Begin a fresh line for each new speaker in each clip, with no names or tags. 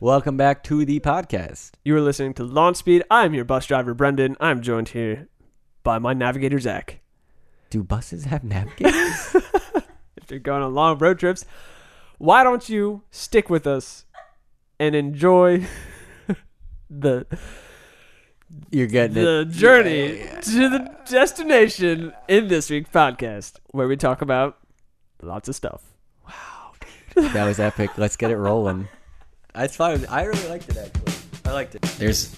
Welcome back to the podcast.
You are listening to Launch Speed. I'm your bus driver, Brendan. I'm joined here by my navigator, Zach.
Do buses have navigators?
If you're going on long road trips, why don't you stick with us and enjoy the
You're getting it.
the journey to the destination in this week's podcast, where we talk about lots of stuff.
That was epic. Let's get it rolling. That's fine. I really liked it actually. I liked it.
There's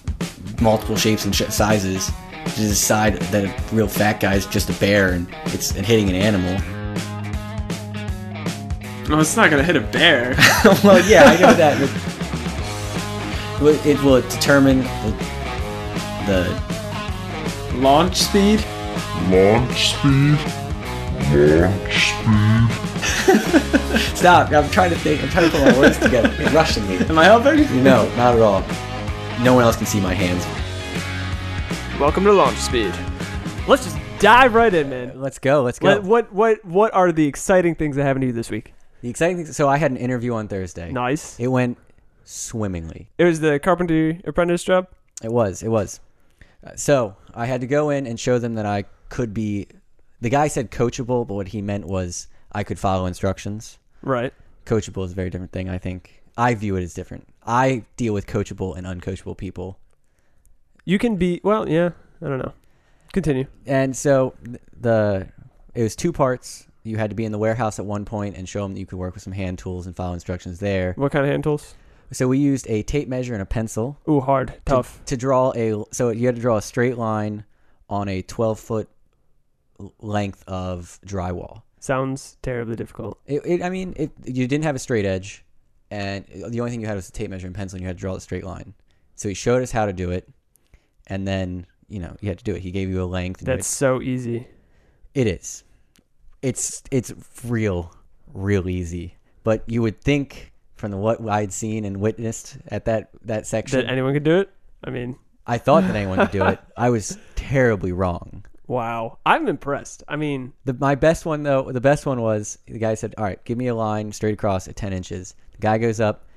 multiple shapes and sh- sizes. To decide that a real fat guy is just a bear and it's and hitting an animal.
Well, Oh, it's not gonna hit a bear.
well, yeah, I know that. But Well, it will determine the, the
Launch speed.
Launch speed. Launch speed.
Stop! I'm trying to think. I'm trying to put my words together. You're rushing me.
Am I helping?
No, not at all. No one else can see my hands.
Welcome to launch speed.
Let's just dive right in, man.
Let's go. Let's go.
What, what what what are the exciting things that happened to you this week?
the exciting thing. So I had an interview on Thursday.
Nice.
It went swimmingly.
It was the carpentry apprentice job.
It was. It was. Uh, So I had to go in and show them that I could be. The guy said coachable, but what he meant was I could follow instructions.
Right.
Coachable is a very different thing. I think I view it as different. I deal with coachable and uncoachable people.
You can be well, yeah, I don't know. Continue.
and so th- the it was two parts. You had to be in the warehouse at one point and show them that you could work with some hand tools and follow instructions there.
What kind of hand tools?
So we used a tape measure and a pencil
Ooh, hard, tough.
to draw a. So you had to draw a straight line on a 12 foot l- length of drywall.
Sounds terribly difficult.
It, it, I mean, it, you didn't have a straight edge, and the only thing you had was a tape measure and pencil, and you had to draw a straight line. So he showed us how to do it, and then you know you had to do it. He gave you a length. And you had
That's so easy.
It is. It's it's real, real easy. But you would think from the what I'd seen and witnessed at that that section,
That anyone could do it? I mean,
I thought that anyone could do it. I was terribly wrong.
wow. I'm impressed. I mean,
The, my best one though, the best one was the guy said, "All right, give me a line straight across at ten inches." The guy goes up.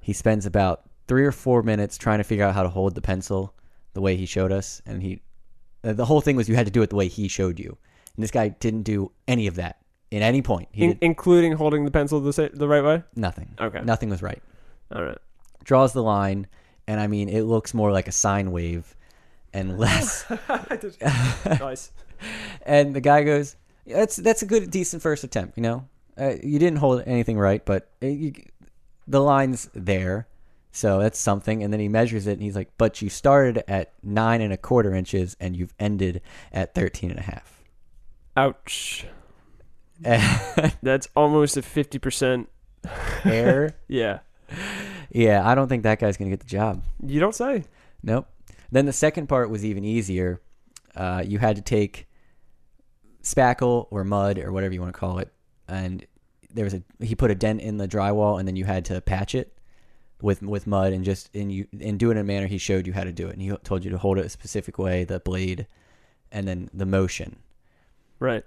He spends about three or four minutes trying to figure out how to hold the pencil the way he showed us, and he, uh, the whole thing was you had to do it the way he showed you. And this guy didn't do any of that in any point. He
in-
did-
including holding the pencil the, sa- the right way.
Nothing.
Okay.
Nothing was right.
All right.
Draws the line, and I mean, it looks more like a sine wave and less.
nice.
and the guy goes, "That's that's a good, decent first attempt. You know, uh, you didn't hold anything right, but it, you, the line's there, so that's something." And then he measures it, and he's like, "But you started at nine and a quarter inches, and you've ended at thirteen and a half."
Ouch.
And
That's almost a 50%.
Air.
Yeah.
yeah, I don't think that guy's gonna get the job.
You don't say.
Nope. Then the second part was even easier. Uh, you had to take spackle or mud or whatever you want to call it, and there was a he put a dent in the drywall, and then you had to patch it with with mud and just and you and do it in a manner he showed you how to do it, and he told you to hold it a specific way, the blade, and then the motion.
Right.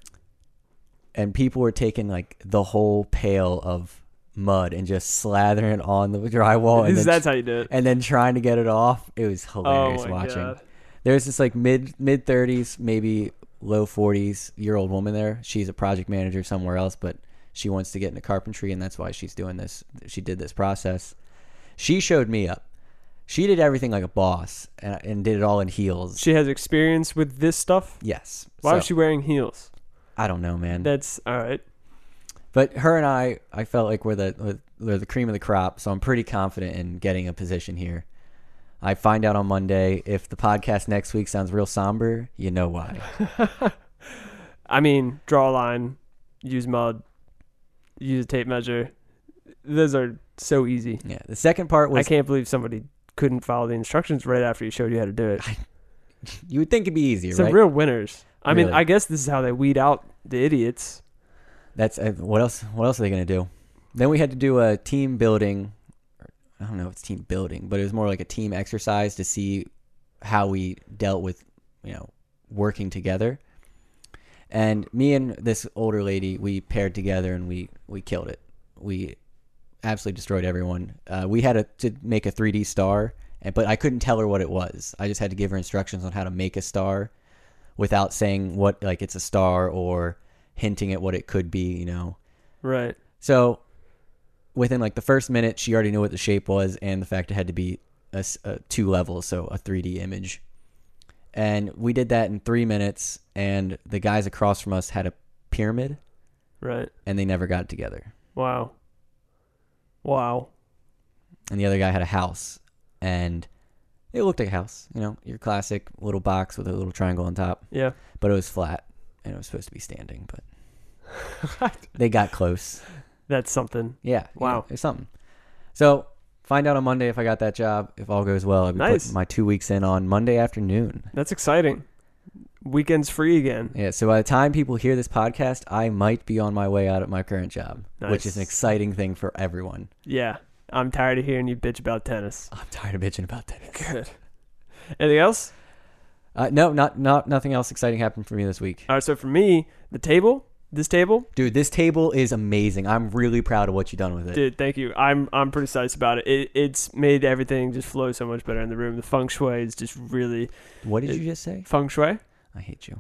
And people were taking like the whole pail of mud and just slathering it on the drywall, Oh, and
This-
then,
that's how you do it.
and then trying to get it off. It was
Oh,
hilarious
my
watching
God.
there's this like mid mid 30s maybe low 40s year old woman there she's a project manager somewhere else but she wants to get into carpentry and that's why she's doing this she did this process she showed me up she did everything like a boss and, and did it all in heels
She has experience with this stuff.
yes
Why
So, Hmm.
is she wearing heels?
i don't know man
That's all right.
but her and i i felt like we're the we're the cream of the crop so i'm pretty confident in getting a position here i find out on monday if the podcast next week sounds real somber you know why
I mean, draw a line, use mud, use a tape measure. Those are so easy.
yeah the second part was
I can't believe somebody couldn't follow the instructions right after you showed you how to do it.
You would think it'd be easier,
Some
right?
real winners. I mean,
Really.
I guess this is how they weed out the idiots.
That's uh, what else. What else are they gonna do? Then we had to do a team building. I don't know if it's team building, but it was more like a team exercise to see how we dealt with, you know, working together. And me and this older lady, we paired together and we we killed it. We absolutely destroyed everyone. Uh, we had a, to make a 3D star, and, but I couldn't tell her what it was. I just had to give her instructions on how to make a star without saying what, like it's a star or hinting at what it could be, you know.
Right.
So within like the first minute, she already knew what the shape was and the fact it had to be a, s- a two levels, so a 3D image. And we did that in three minutes, and the guys across from us had a pyramid,
Right.
and they never got it together.
Wow. Wow.
And the other guy had a house, and it looked like a house, you know, your classic little box with a little triangle on top,
Yeah.
but it was flat, and it was supposed to be standing, but they got close.
That's something.
Yeah. you
Wow.
know, it's something. So find out on Monday if I got that job. If all goes well, I'll be
Nice.
putting my two weeks in on Monday afternoon.
That's exciting. Weekend's free again.
Yeah. So by the time people hear this podcast, I might be on my way out at my current job, which is
Nice.
an exciting thing for everyone.
Yeah. I'm tired of hearing you bitch about tennis.
I'm tired of bitching about that.
Good. Anything else?
Uh, no, not not nothing else exciting happened for me this week,
All right. So for me, the table, this table,
dude. This table is amazing. I'm really proud of what you've done with it.
dude. Thank you. I'm I'm pretty psyched about it. it. It's made everything just flow so much better in the room. The feng shui is just really
what did you just say?
feng shui.
I hate you.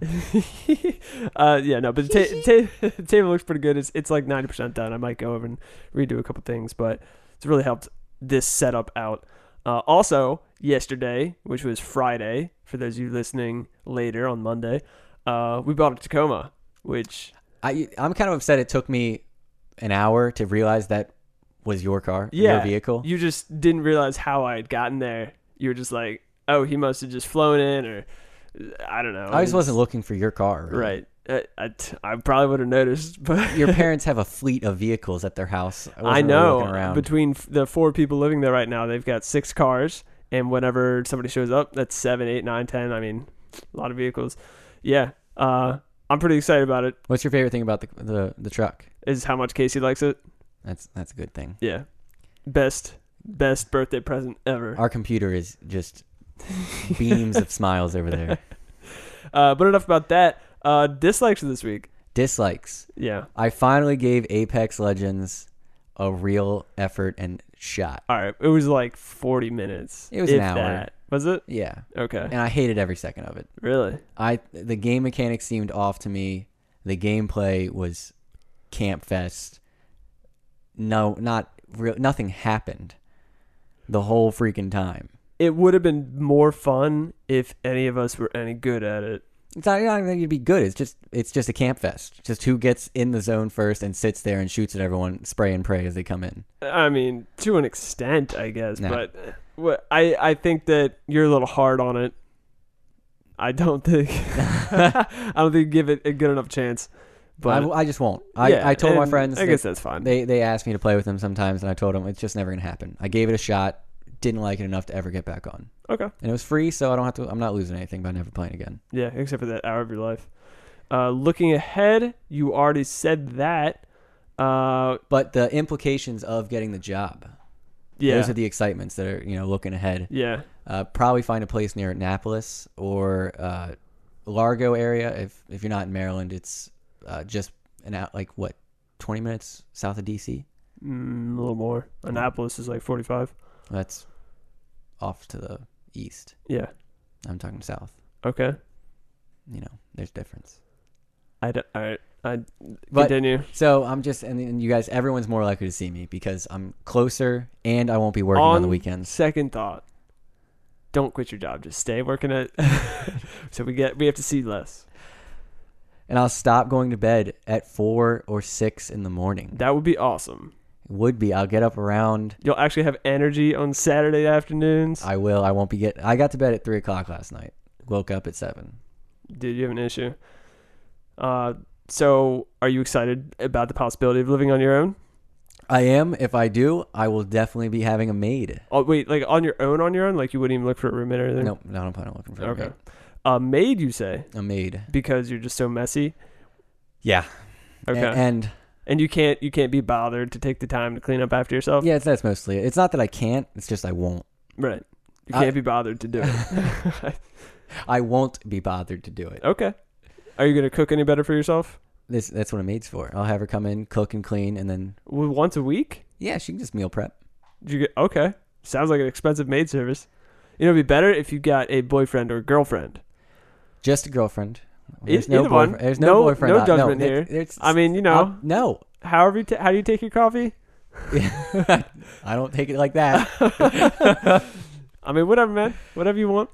uh, yeah, no, but the ta- ta- table looks pretty good. It's it's like ninety percent done. I might go over and redo a couple things, but it's really helped this setup out. Uh, also, yesterday, which was Friday, for those of you listening later on Monday, uh, we bought a Tacoma, which
I I'm kind of upset. It took me an hour to realize that was your car,
yeah,
your vehicle.
You just didn't realize how I had gotten there. You were just like, oh, he must have just flown in, or uh, I don't know.
I just wasn't looking for your car. really.
right. I, I, t- I probably would have noticed, but
Your parents have a fleet of vehicles at their house. wasn't
I
really
know.
looking around.
Between f- the four people living there right now, they've got six cars, and whenever somebody shows up, that's seven, eight, nine, ten. I mean, a lot of vehicles. Yeah, uh, I'm pretty excited about it.
What's your favorite thing about the, the the truck?
Is how much Casey likes it.
That's that's a good thing.
Yeah, best, best birthday present ever.
Our computer is just beams of smiles over there.
Uh, but enough about that. Uh, dislikes this week.
Dislikes.
Yeah.
I finally gave Apex Legends a real effort and shot.
All right. It was like 40 minutes.
It was an
if
hour.
that. Was it?
Yeah,
Okay.
and I hated every second of it.
Really?
I the game mechanics seemed off to me. The gameplay was camp fest. No, not real. Nothing happened the whole freaking time.
It would have been more fun if any of us were any good at it.
It's not, not going to be good. It's just it's just a camp fest. Just who gets in the zone first and sits there and shoots at everyone, spray and pray as they come in.
I mean, to an extent, I guess,
No.
but uh, wha- I I think that you're a little hard on it. I don't think I don't think you give it a good enough chance. But
But I, I just won't. I,
yeah,
I told my
and
friends
I
that
guess that's fine.
they they asked me to play with them sometimes, and I told them it's just never going to happen. I gave it a shot. Didn't like it enough to ever get back on,
okay.
and it was free, so I don't have to. I'm not losing anything by never playing again.
Yeah, except for that hour of your life. Uh, looking ahead, you already said that. Uh,
But the implications of getting the job,
yeah,
those are the excitements that are you know looking ahead.
yeah.
Uh, probably find a place near Annapolis or uh, Largo area. If if you're not in Maryland, it's uh, just an out like what, 20 minutes south of DC.
Mm, a little more. Annapolis is like forty-five.
That's off to the east.
Yeah.
I'm talking south.
Okay.
You know, there's difference.
I don't. All right. I
But-
continue
So I'm just and, and you guys, everyone's more likely to see me because I'm closer and I won't be working on,
on
the weekends.
Second thought: Don't quit your job. Just stay working at. so we get we have to see less.
And I'll stop going to bed at four or six in the morning.
That would be awesome.
Would be. I'll get up around.
You'll actually have energy on Saturday afternoons.
I will. I won't be get. I got to bed at three o'clock last night. Woke up at seven.
Dude, you have an issue. Uh, so are you excited about the possibility of living on your own?
I am. If I do, I will definitely be having a maid.
Oh wait, like on your own, on your own, like you wouldn't even look for a roommate or anything.
Nope, no, I don't plan on looking for a
Okay.
maid.
A maid, you say,
A maid.
because you're just so messy.
Yeah.
Okay.
A- And,
and you can't you can't be bothered to take the time to clean up after yourself.
yeah, it's, that's mostly it. It's not that I can't. It's just I won't.
Right. You
I-
can't be bothered to do it.
I won't be bothered to do it.
okay. Are you gonna cook any better for yourself?
This that's what a maid's for. I'll have her come in, cook and clean, and then
W- Once a week?
Yeah, she can just meal prep.
Did you get okay? Sounds like an expensive maid service. You know, it'd be better if you got a boyfriend or girlfriend.
Just a girlfriend.
E- either one.
boyfriend. There's no,
No-
boyfriend.
no
op-
judgment
it-
here.
there's-
I mean, you know,
I'll- no.
however, you ta- how do you take your coffee?
I don't take it like that.
I mean, whatever, man. Whatever you want.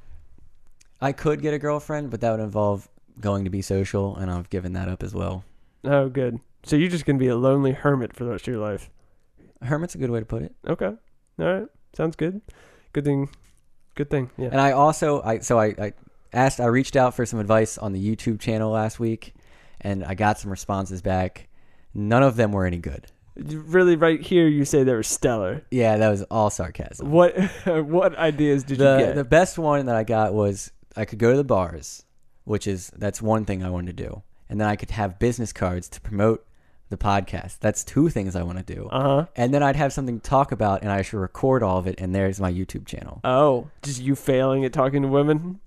I could get a girlfriend, but that would involve going to be social, and I've given that up as well.
Oh, good. So you're just gonna be a lonely hermit for the rest of your life.
Hermit's a good way to put it.
Okay. All right. Sounds good. Good thing. Good thing. Yeah.
And I also, I so I, I asked, I reached out for some advice on the YouTube channel last week, and I got some responses back. None of them were any good.
You- really, right here, you say they were stellar.
Yeah, that was all sarcasm.
What what ideas did you
The
get?
the best one that I got was I could go to the bars, which is that's one thing I want to do, and then I could have business cards to promote the podcast. That's two things I want to do.
uh huh.
and then I'd have something to talk about, and I should record all of it, and there's my YouTube channel
Oh, just you failing at talking to women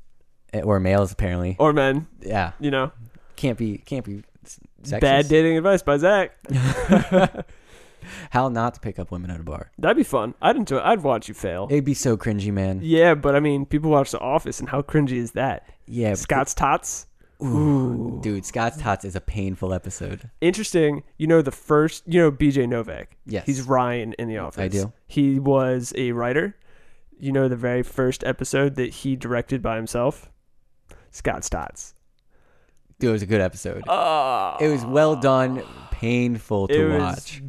Eh, or males apparently.
or men.
Yeah,
You know,
can't be can't be s- sexist.
bad dating advice by Zach.
How not to pick up women at a bar?
That'd be fun. I'd enjoy. I'd watch you fail.
It'd be so cringy, man.
yeah, but I mean, people watch The Office, and how cringy is that?
Yeah,
Scott's tots.
ooh, dude, Scott's Tots is a painful episode.
interesting. You know the first. You know BJ Novak.
Yes.
he's Ryan in the office.
I do.
He was a writer. You know the very first episode that he directed by himself. Scott Stotts.
Dude, it was a good episode.
Oh,
it was well done, painful to
Uh, it was-
watch.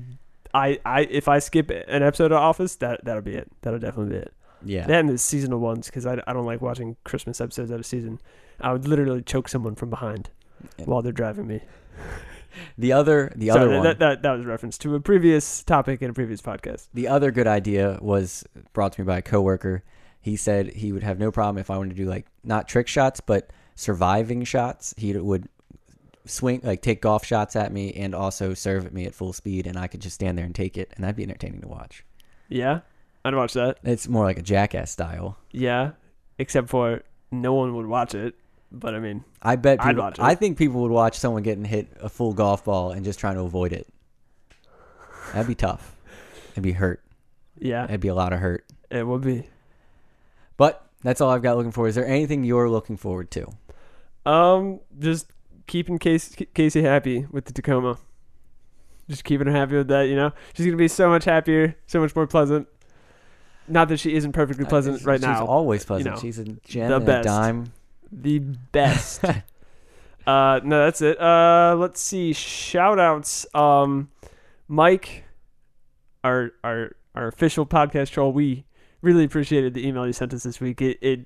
I, I if I skip an episode of Office, that that'll be it. That'll definitely be it.
Yeah,
Then the seasonal ones because I, I don't like watching Christmas episodes out of season. I would literally choke someone from behind
Yeah.
while they're driving me.
the other the
Sorry,
other
that-
one,
that, that that was a reference to a previous topic in a previous podcast.
the other good idea was brought to me by a coworker. He said he would have no problem if I wanted to do like not trick shots, but surviving shots. He would swing like take golf shots at me and also serve at me at full speed, and I could just stand there and take it, and that'd be entertaining to watch.
Yeah, I'd watch that.
It's more like a jackass style.
Yeah, except for no one would watch it. But I mean,
I bet
I'd
people,
watch it.
I think people would watch someone getting hit a full golf ball and just trying to avoid it. That'd be tough. It'd be hurt.
yeah,
It'd be a lot of hurt.
it would be.
But that's all I've got looking forward. Is there anything you're looking forward to?
Um, just keeping Casey, Casey happy with the Tacoma. Just keeping her happy with that, you know. She's gonna be so much happier, so much more pleasant. Not that she isn't perfectly pleasant
Uh,
right
she's
now.
always pleasant.
know,
she's a gem
the
and
best.
a dime.
the best. uh, no, that's it. Uh, let's see. Shout outs. Um, Mike, our our our official podcast troll. We really appreciated the email you sent us this week. It it,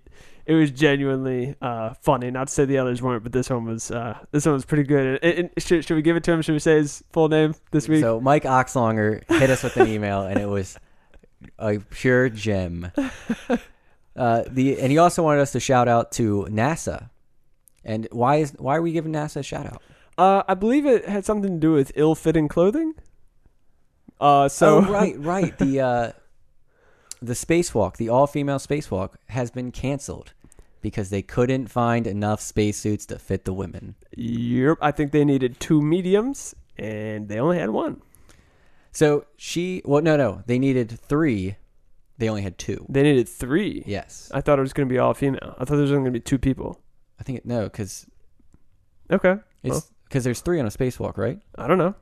it was genuinely uh, funny. Not to say the others weren't, but this one was uh, this one was pretty good. And, and- and should, should we give it to him? Should we say his full name this week?
So Mike Oxlonger hit us with an email, and it was a pure gem. Uh, the and he also wanted us to shout out to NASA. And why is why are we giving NASA a shout out?
Uh, I believe it had something to do with ill-fitting clothing. Uh, so
oh, right, right. The uh, the spacewalk, the all female spacewalk, has been canceled because they couldn't find enough spacesuits to fit the women.
Yep, I think they needed two mediums, and they only had one.
So she, well, no, no, they needed three. They only had two.
They needed three.
Yes,
I thought it was going to be all female. I thought there was only going to be two people.
I think it, no, because
Okay.
it's because there's three on a spacewalk, right?
I don't know.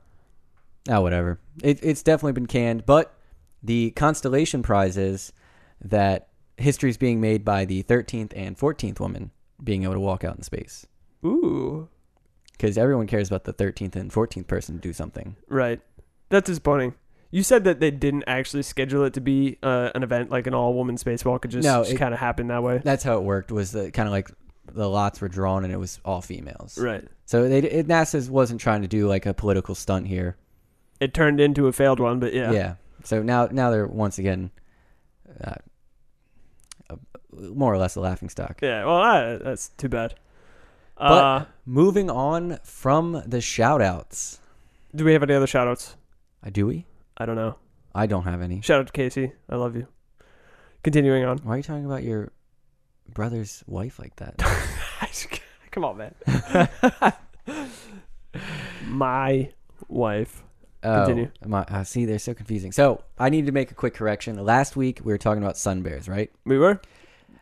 Oh, whatever. It, it's definitely been canned, but the constellation prizes that history is being made by the 13th and 14th woman being able to walk out in space
Ooh.
because everyone cares about the 13th and 14th person to do something.
Right. That's disappointing. You said that they didn't actually schedule it to be uh, an event like an all-woman spacewalk. It just,
No,
just
it-
kind of happened that way.
That's how it worked. Was the kind of like the lots were drawn and it was all females.
Right.
So they it, NASA's wasn't trying to do like a political stunt here.
It turned into a failed one, but yeah.
Yeah. So now now they're once again uh, a- more or less a laughing stock.
Yeah, well, I, that's too bad. uh,
But- Moving on from the shout outs.
do we have any other shout-outs?
Uh, Do we?
I don't know.
I don't have any.
Shout out to Casey. I love you. Continuing on.
Why are you talking about your brother's wife like that?
Come on, man. My wife.
Oh,
Continue.
my, uh, see, they're so confusing. So I need to make a quick correction. Last week we were talking about sun bears, right?
We were.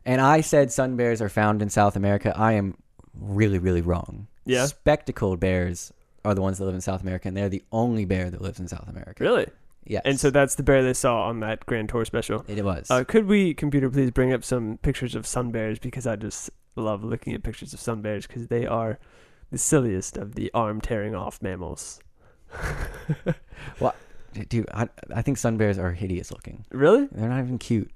And I said sun bears are found in South America. I am really, really wrong.
Yeah.
Spectacled bears are the ones that live in South America, and they're the only bear that lives in South America.
Really?
Yes.
And so that's the bear they saw on that Grand Tour special.
it was.
Uh, could we, computer, please bring up some pictures of sun bears because I just love looking at pictures of sun bears because they are the silliest of the arm tearing off mammals.
Dude, I, I think sun bears are hideous looking.
really?
They're not even cute.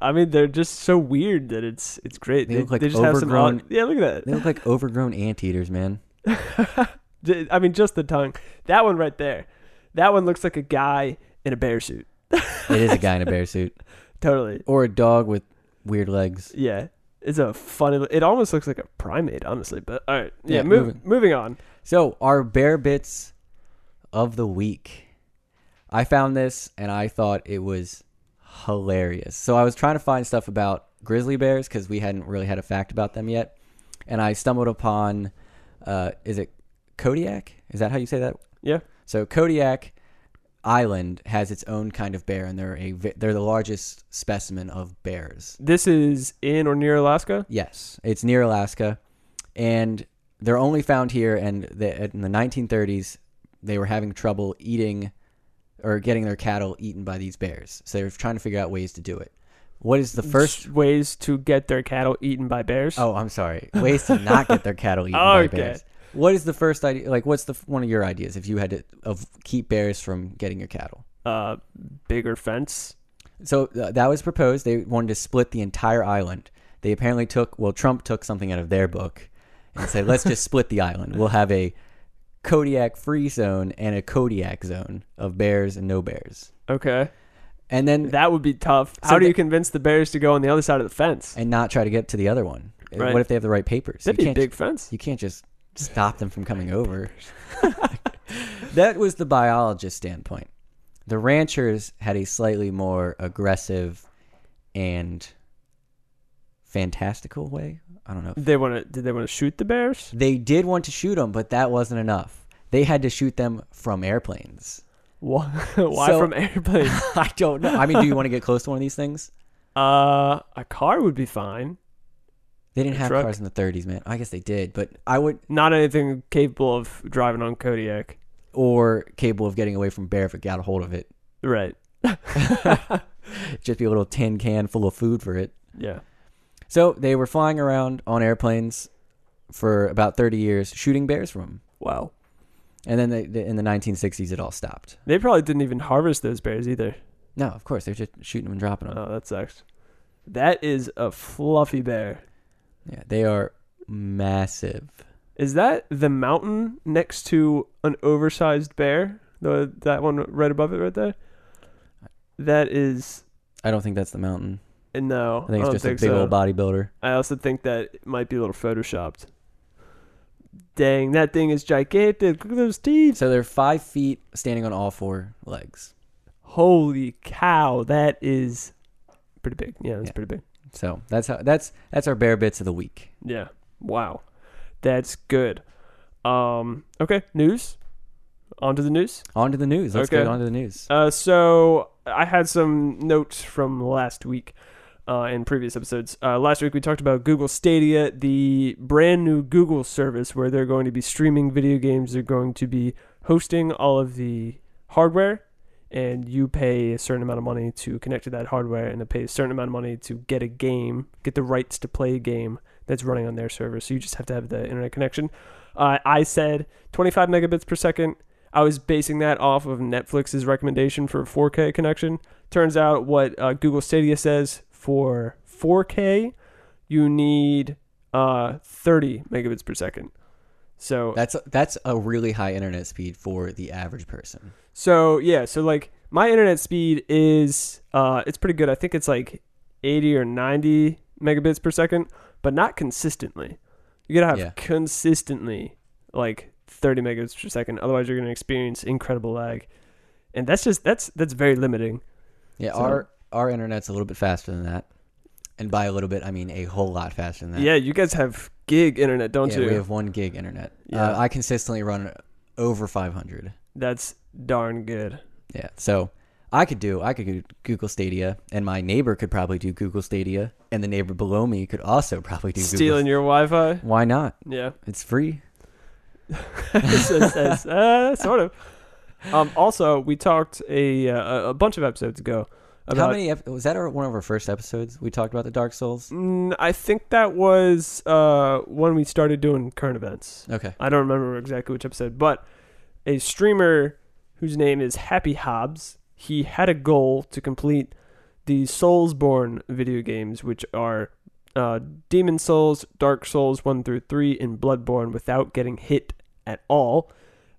I mean, they're just so weird that it's it's great.
They look like
just have some
overgrown-
odd- yeah, look at
They look like overgrown anteaters, man.
that. I mean, just the tongue. That one right there. That one looks like a guy in a bear suit.
It is a guy in a bear suit
Totally.
or a dog with weird legs.
Yeah. It's a funny. It almost looks like a primate, honestly. But all right. Yeah.
Yeah,
move,
moving.
moving on.
So, our bear bits of the week. I found this and I thought it was hilarious. So, I was trying to find stuff about grizzly bears because we hadn't really had a fact about them yet. And I stumbled upon, uh, is it Kodiak? Is that how you say that?
Yeah.
So, Kodiak Island has its own kind of bear, and they're a ve- they're the largest specimen of bears.
This is in or near Alaska.
Yes, it's near Alaska, and they're only found here. And the, in the 1930s, they were having trouble eating or getting their cattle eaten by these bears. So they were trying to figure out ways to do it. What is the first?
ways to get their cattle eaten by bears.
Oh, I'm sorry. Ways to not get their cattle eaten
Okay.
by bears. What is the first idea? Like, what's the one of your ideas if you had to of keep bears from getting your cattle?
Uh, bigger fence.
So uh, that was proposed. They wanted to split the entire island. They apparently took well, Trump took something out of their book and said, "Let's just split the island. We'll have a Kodiak free zone and a Kodiak zone of bears and no bears."
Okay.
And then
That would be tough. How
So
do
the-
you convince the bears to go on the other side of the fence?
and not try to get to the other one.
Right.
What if they have the right papers?
That'd
you
be a
can't
big fence.
you can't just stop them from coming over. that was the biologist standpoint. The ranchers had a slightly more aggressive and fantastical way. I don't know.
They want to? Did they want to shoot the bears?
They did want to shoot them, but that wasn't enough. They had to shoot them from airplanes.
Why, why
So-
from airplanes?
I don't know. I mean, do you want to get close to one of these things?
Uh, a car would be fine.
They didn't
A
have
truck?
cars in the 30s, man. I guess they did, but I would
Not anything capable of driving on Kodiak.
or capable of getting away from bear if it got a hold of it.
Right.
Just be a little tin can full of food for it.
Yeah.
So they were flying around on airplanes for about 30 years, shooting bears from them.
Wow.
And then they, they- in the 1960s, it all stopped.
They probably didn't even harvest those bears either.
No, of course, they're just shooting them and dropping them.
Oh, that sucks. That is a fluffy bear.
Yeah, they are massive.
Is that the mountain next to an oversized bear? The that one right above it, right there. That is
I don't think that's the mountain.
no.
I think it's
don't
just
think
a big
so.
old bodybuilder.
I also think that it might be a little photoshopped. Dang, that thing is gigantic. Look at those teeth.
So they're five feet standing on all four legs.
Holy cow, that is pretty big. Yeah, that's
Yeah.
pretty big.
So that's how that's that's our bear bits of the week.
Yeah. Wow. That's good. Um okay, news. On to the news.
On to the news. Let's
Okay.
get on to the news.
Uh so I had some notes from last week. Uh, in previous episodes, uh, last week we talked about Google Stadia, the brand new Google service where they're going to be streaming video games. They're going to be hosting all of the hardware, and you pay a certain amount of money to connect to that hardware, and they pay a certain amount of money to get a game, get the rights to play a game that's running on their server. So you just have to have the internet connection. Uh, I said 25 megabits per second. I was basing that off of Netflix's recommendation for a 4K connection. Turns out what uh, Google Stadia says for 4K, you need uh, 30 megabits per second. So
That's that's a really high internet speed for the average person.
So yeah, so like my internet speed is uh it's pretty good. I think it's like 80 or 90 megabits per second, but not consistently. You got to have
Yeah.
consistently like 30 megabits per second otherwise you're going to experience incredible lag. And that's just that's that's very limiting.
Yeah,
So-
our our internet's a little bit faster than that, and by a little bit, I mean a whole lot faster than that.
Yeah, you guys have gig internet, don't
Yeah,
you?
we have one gig internet.
Yeah.
Uh, I consistently run over 500.
That's darn good.
Yeah. So I could do I could do Google Stadia, and my neighbor could probably do Google Stadia, and the neighbor below me could also probably do
Stealing
Google.
your Wi-Fi.
Why not?
Yeah.
It's free.
It's- it's- it's, uh, sort of. Um, also, we talked a uh, a- a bunch of episodes ago about.
How many ep- was that? Our, one of our first episodes we talked about the Dark Souls.
Mm, I think that was uh, when we started doing current events.
Okay.
I don't remember exactly which episode, but a streamer whose name is Happy Hobbs, he had a goal to complete the Soulsborne video games, which are uh, Demon Souls, Dark Souls 1 through 3, and Bloodborne without getting hit at all.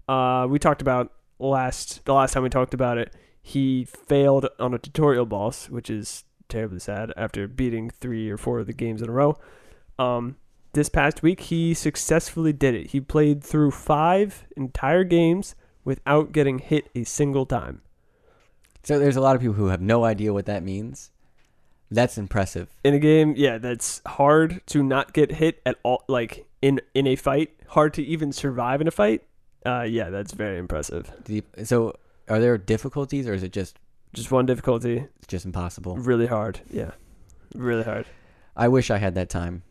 Uh, we talked about last the last time we talked about it, he failed on a tutorial boss, which is terribly sad after beating three or four of the games in a row. Um, this past week he successfully did it. He played through five entire games without getting hit a single time.
So there's a lot of people who have no idea what that means. That's impressive.
In a game, yeah, that's hard to not get hit at all like in in a fight, hard to even survive in a fight. Uh yeah, that's very impressive.
Do you- So are there difficulties, or is it just
Just one difficulty,
it's just impossible?
really hard. Yeah. Really hard.
I wish I had that time.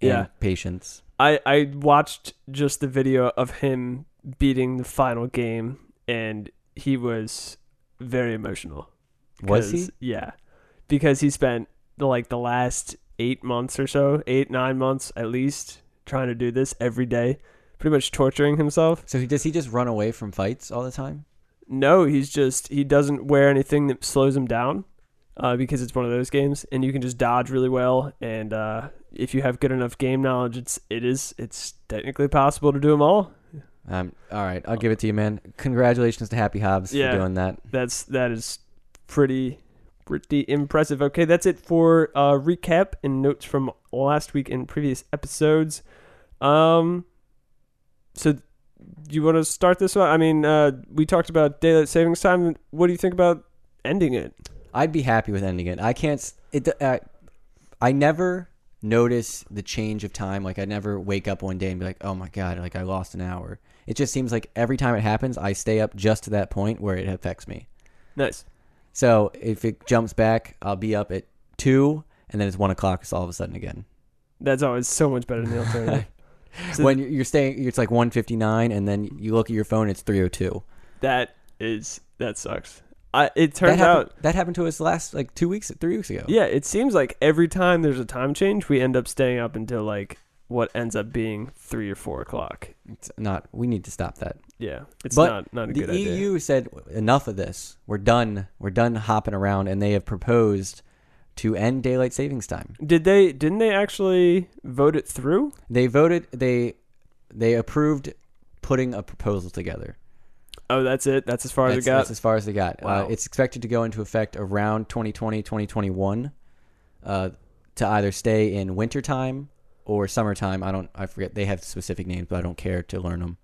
and
Yeah.
Patience.
I I watched just the video of him beating the final game and he was very emotional.
Was he?
'Cause- Yeah, because he spent the, like the last eight months or so, eight nine months at least, trying to do this every day, pretty much torturing himself.
So he, does he just run away from fights all the time?
No, he's just he doesn't wear anything that slows him down, uh, because it's one of those games, and you can just dodge really well. And uh, if you have good enough game knowledge, it's it is it's technically possible to do them all.
Um, all right, I'll give it to you, man. Congratulations to Happy Hobbs
Uh, Yeah.
for doing that.
that's that is pretty pretty impressive. Okay, that's it for uh recap and notes from last week and previous episodes. Um so do you want to start this one? I mean, uh we talked about daylight savings time. What do you think about ending it?
I'd be happy with ending it. I can't. s- It. Uh, I never notice the change of time. Like I never wake up one day and be like, "Oh my god!" Like I lost an hour. It just seems like every time it happens, I stay up just to that point where it affects me.
Nice.
So if it jumps back, I'll be up at two, and then it's one o'clock. It's all of a sudden again.
That's always so much better than the alternative. So-
when you're- you're staying, it's like one fifty nine, and then you look at your phone. It's three o two.
that is that sucks. I it
That
turns out
happened, that happened to us last like two weeks, three weeks ago.
Yeah, it seems like every time there's a time change, we end up staying up until like what ends up being three or four o'clock.
It's not. We need to stop that.
Yeah, it's
But
not not a
the
good idea.
EU said enough of this. We're done. We're done hopping around, and they have proposed to end daylight savings time.
Did they? Didn't they actually vote it through?
They voted. They they approved putting a proposal together.
Oh, that's it. That's as far as
That's,
it got.
that's as far as they got.
Wow.
Uh, it's expected to go into effect around 2020, 2021, uh, to either stay in wintertime or summertime. I don't. I forget. They have specific names, but I don't care to learn them.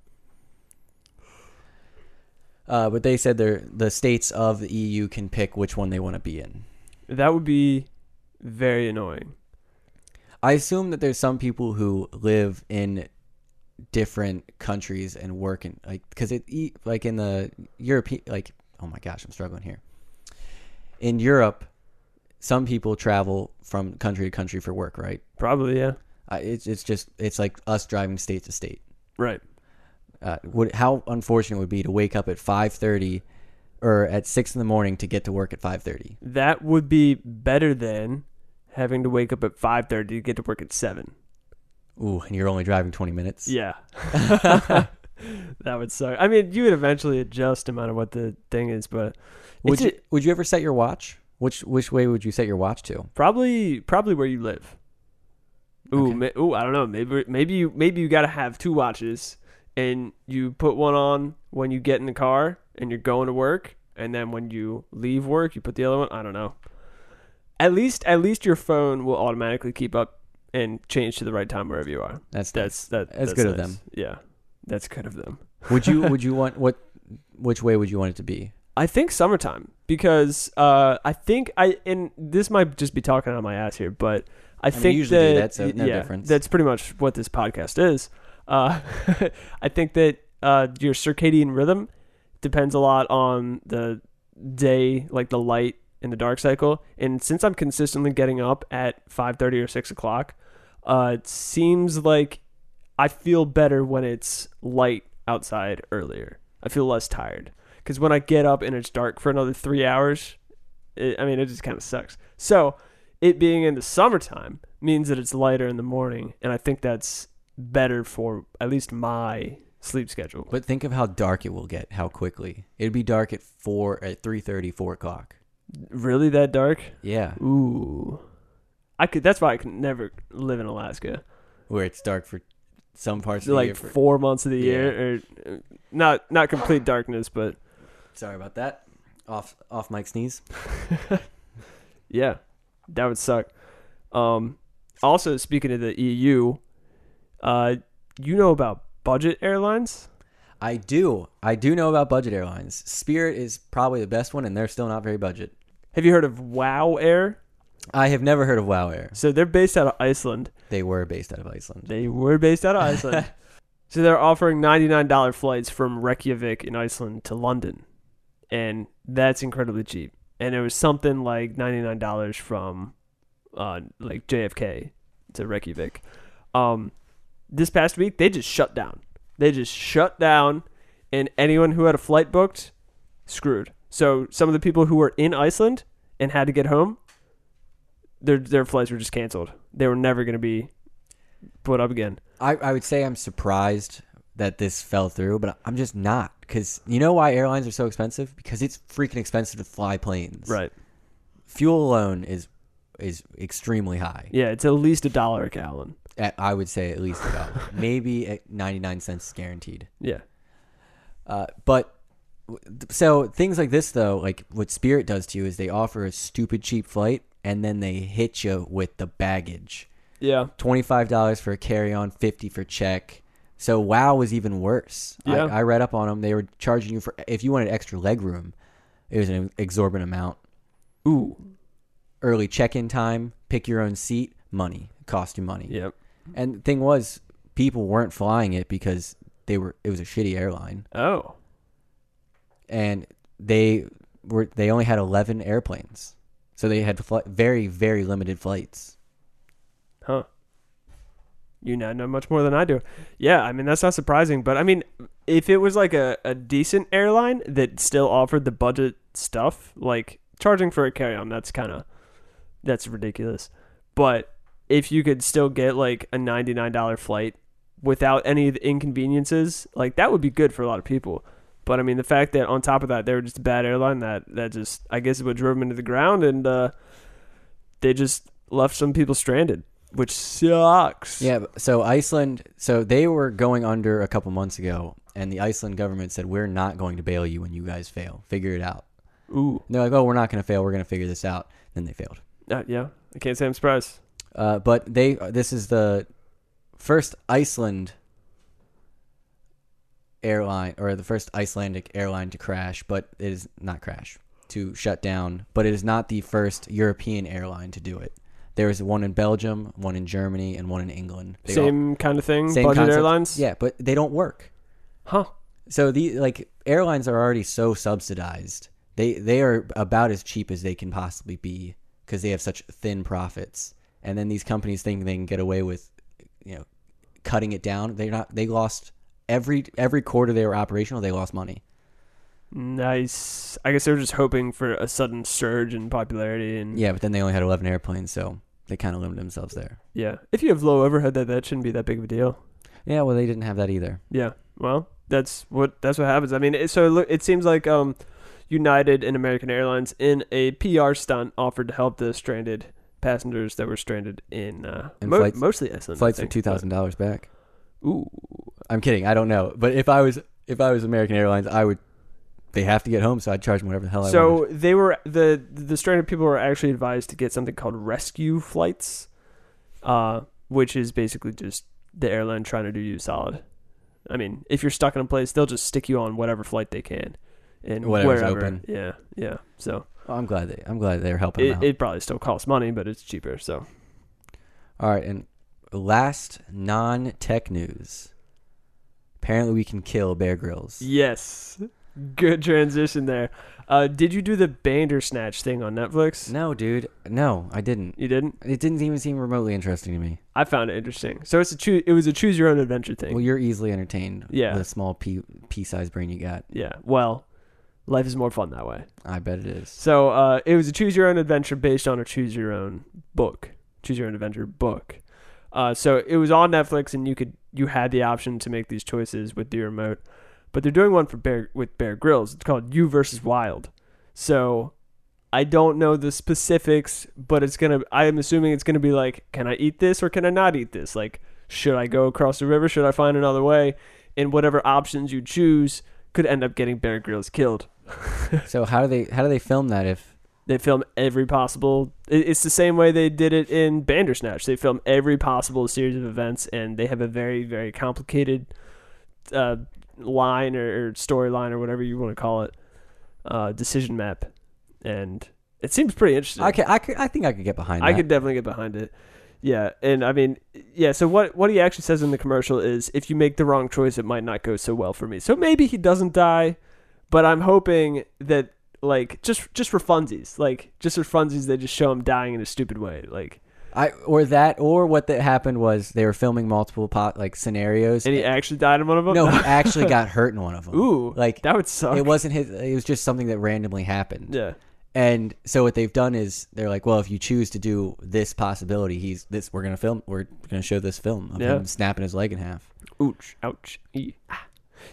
Uh, but they said they're, the states of the EU can pick which one they want to be in.
that would be very annoying.
I assume that there's some people who live in different countries and work in like because it e- like in the European like oh my gosh I'm struggling here. In Europe, some people travel from country to country for work, right?
Probably, yeah.
I, it's it's just it's like us driving state to state.
Right.
Uh, would how unfortunate it would be to wake up at five thirty or at six in the morning to get to work at five thirty?
That would be better than having to wake up at five thirty to get to work at seven.
Ooh, and you're only driving twenty minutes.
Yeah. that would suck. I mean, you would eventually adjust no matter what the thing is, but
Would
it's
you,
a-
would you ever set your watch? Which which way would you set your watch to?
probably probably where you live. Ooh,
Okay.
ma- ooh, I don't know. Maybe maybe you maybe you got to have two watches, and you put one on when you get in the car and you're going to work, and then when you leave work, you put the other one. I don't know. At least at least your phone will automatically keep up and change to the right time wherever you are.
That's
That's that,
That's good of
nice. Yeah, that's good of them.
would you would you want what which way would you want it to be?
I think summertime because uh, I think I and this might just be talking out of my ass here, but I,
mean,
think
you usually do
that
that, so no
yeah,
difference.
That's pretty much what this podcast is. Uh, I think that uh, your circadian rhythm depends a lot on the day, like the light and the dark cycle. And since I'm consistently getting up at five thirty or six o'clock, uh, it seems like I feel better when it's light outside earlier. I feel less tired because when I get up and it's dark for another three hours, it, I mean, it just kind of sucks. So, it being in the summertime means that it's lighter in the morning, and I think that's better for at least my sleep schedule.
But think of how dark it will get, how quickly. It'd be dark at four at three thirty, four o'clock.
Really, that dark?
Yeah.
Ooh, I could. That's why I could never live in Alaska.
Where it's dark for some parts of the year.
Like
For,
four months of the
Yeah.
year, or uh, not not complete darkness, but
sorry about that. Off off mic sneeze.
yeah, that would suck. Um, also, speaking of the EU, uh, you know about budget airlines?
I do. I do know about budget airlines. Spirit is probably the best one and they're still not very budget.
Have you heard of Wow Air?
I have never heard of WoW Air.
So they're based out of Iceland.
They were based out of Iceland.
They were based out of Iceland. so they're offering $99 flights from Reykjavik in Iceland to London. And that's incredibly cheap. And it was something like $99 from uh, like JFK to Reykjavik. Um, this past week, they just shut down. They just shut down, and anyone who had a flight booked, screwed. So some of the people who were in Iceland and had to get home, their their flights were just canceled. They were never going to be put up again.
I, I would say I'm surprised that this fell through, but I'm just not. Because you know why airlines are so expensive? Because it's freaking expensive to fly planes.
Right.
Fuel alone is is extremely high.
Yeah, it's at least a dollar a gallon.
At, I would say at least a dollar, maybe at 99 cents guaranteed.
Yeah.
Uh, but w- so things like this, though, like what Spirit does to you is they offer a stupid cheap flight and then they hit you with the baggage.
Yeah.
$25 for a carry-on 50 for check so wow was even worse
Yeah.
I, I read up on them they were charging you for if you wanted extra leg room it was an exorbitant amount
Ooh.
early check-in time pick your own seat money cost you money
Yep.
and the thing was people weren't flying it because they were it was a shitty airline
Oh.
and they were they only had 11 airplanes so they had fl- very very limited flights
Huh. You now know much more than I do. Yeah, I mean that's not surprising, but I mean if it was like a, a decent airline that still offered the budget stuff, like charging for a carry on, that's kinda that's ridiculous. But if you could still get like a ninety nine dollar flight without any of the inconveniences, like that would be good for a lot of people. But I mean the fact that on top of that they were just a bad airline that that just I guess is what drove them into the ground and uh they just left some people stranded, which sucks.
Yeah, but- so Iceland, so they were going under a couple months ago, and the Iceland government said, We're not going to bail you when you guys fail. Figure it out.
Ooh.
And they're like, Oh, we're not going to fail. We're going to figure this out. Then they failed.
Uh, yeah. I can't say I'm surprised.
Uh, but they, this is the first Iceland airline, or the first Icelandic airline to crash, but it is not crash, to shut down, but it is not the first European airline to do it. There is one in Belgium, one in Germany, and one in England. They all-
same kind of thing. budget
concept.
airlines.
Yeah, but they don't work.
Huh.
So the like airlines are already so subsidized. They they are about as cheap as they can possibly be because they have such thin profits. And then these companies think they can get away with, you know, cutting it down. They're not. They lost every every quarter they were operational. They lost money.
Nice. I guess they were just hoping for a sudden surge in popularity and yeah.
Yeah, but then they only had eleven airplanes, so they kind of limited themselves there.
If you have low overhead, that that shouldn't be that big of a deal.
Yeah, well, they didn't have that either.
Yeah. Well, that's what that's what happens. I mean, it, so it, loo- it seems like um, United and American Airlines, in a PR stunt, offered to help the stranded passengers that were stranded in uh,
And
mo-
flights-
mostly Iceland. I
Flights for
think,
two
but-
thousand dollars back.
Ooh.
I'm kidding. I don't know. But if I was if I was American Airlines, I would. They have to get home, so I'd charge them whatever the hell Oh, I wanted.
So they were the the stranded people were actually advised to get something called rescue flights, uh, which is basically just the airline trying to do you a solid. I mean, if you're stuck in a place, they'll just stick you on whatever flight they can, and
Whatever's
wherever.
open.
Yeah, yeah. So
Well, I'm glad they I'm glad they're helping
it,
out.
it probably still costs money, but it's cheaper. So
All right, and last non-tech news. Apparently, we can kill Bear Grylls.
yes, Good transition there. Uh, did you do the Bandersnatch thing on Netflix?
No, dude. No, I didn't.
You didn't.
It didn't even seem remotely interesting to me.
I found it interesting. So it's a choo- it was a choose your own adventure thing.
Well, you're easily entertained.
Yeah.
with The small pea pea sized brain you got.
yeah. Well, life is more fun that way.
I bet it is.
So uh, it was a choose your own adventure based on a choose your own book, choose your own adventure book. Uh, so it was on Netflix, and you could you had the option to make these choices with the remote. But they're doing one for Bear with Bear Grylls. It's called You versus Wild. So I don't know the specifics, but it's gonna. I am assuming it's gonna be like, can I eat this or can I not eat this? Like, should I go across the river? Should I find another way? And whatever options you choose could end up getting Bear Grylls killed.
So how do they how do they film that if
They film every possible. it- It's the same way they did it in Bandersnatch. They film every possible series of events, and they have a very, very complicated uh, line or, or storyline or whatever you want to call it, uh, decision map, and it seems pretty interesting.
I could, I could I think I could get behind.
I
that.
could definitely get behind it. Yeah, and I mean, yeah. So what what he actually says in the commercial is, if you make the wrong choice, it might not go so well for me. So maybe he doesn't die, but I'm hoping that like just just for funsies, like just for funsies, they just show him dying in a stupid way. Like,
I or that or what that happened was they were filming multiple pot like scenarios. Eh,
and he actually died in one of them.
no, he actually got hurt in one of them.
Ooh,
like
that would suck.
it wasn't his. It was just something that randomly happened.
yeah,
And so what they've done is they're like, well, if you choose to do this possibility, he's this. We're gonna film. We're gonna show this film of
Yeah.
him snapping his leg in half.
ouch, ouch. ee, ah.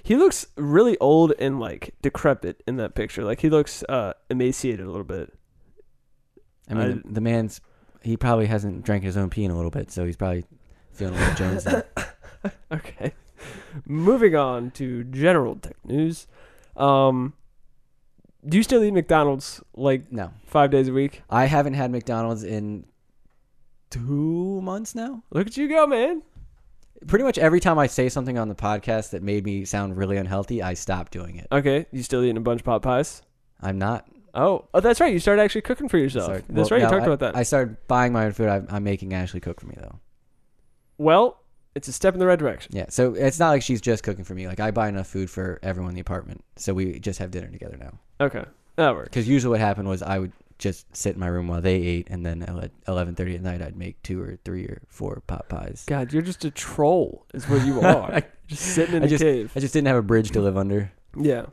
He looks really old and like decrepit in that picture. Like he looks uh emaciated a little bit.
I mean, the, the man's he probably hasn't drank his own pee in a little bit, so he's probably feeling a little Jones. now.
Okay. Moving on to general tech news. Um, do you still eat McDonald's like
no,
five days a week?
I haven't had McDonald's in two months now.
Look at you go, man.
Pretty much every time I say something on the podcast that made me sound really unhealthy, I stop doing it.
Okay, you still eating a bunch of pot pies?
I'm not.
Oh, oh, that's right. You started actually cooking for yourself.
sorry.
That's
Well,
right. You
no,
talked
I-
about that.
I started buying my own food. I, I'm making Ashley cook for me though.
well, it's a step in the right direction.
Yeah, so it's not like she's just cooking for me. Like I buy enough food for everyone in the apartment, so we just have dinner together now.
Okay, that works.
Because usually what happened was I would just sit in my room while they ate, and then at eleven thirty at night I'd make two or three or four pot pies.
God, you're just a troll, is what you are. just sitting in
I
a
just-
cave.
I just didn't have a bridge to live under.
yeah.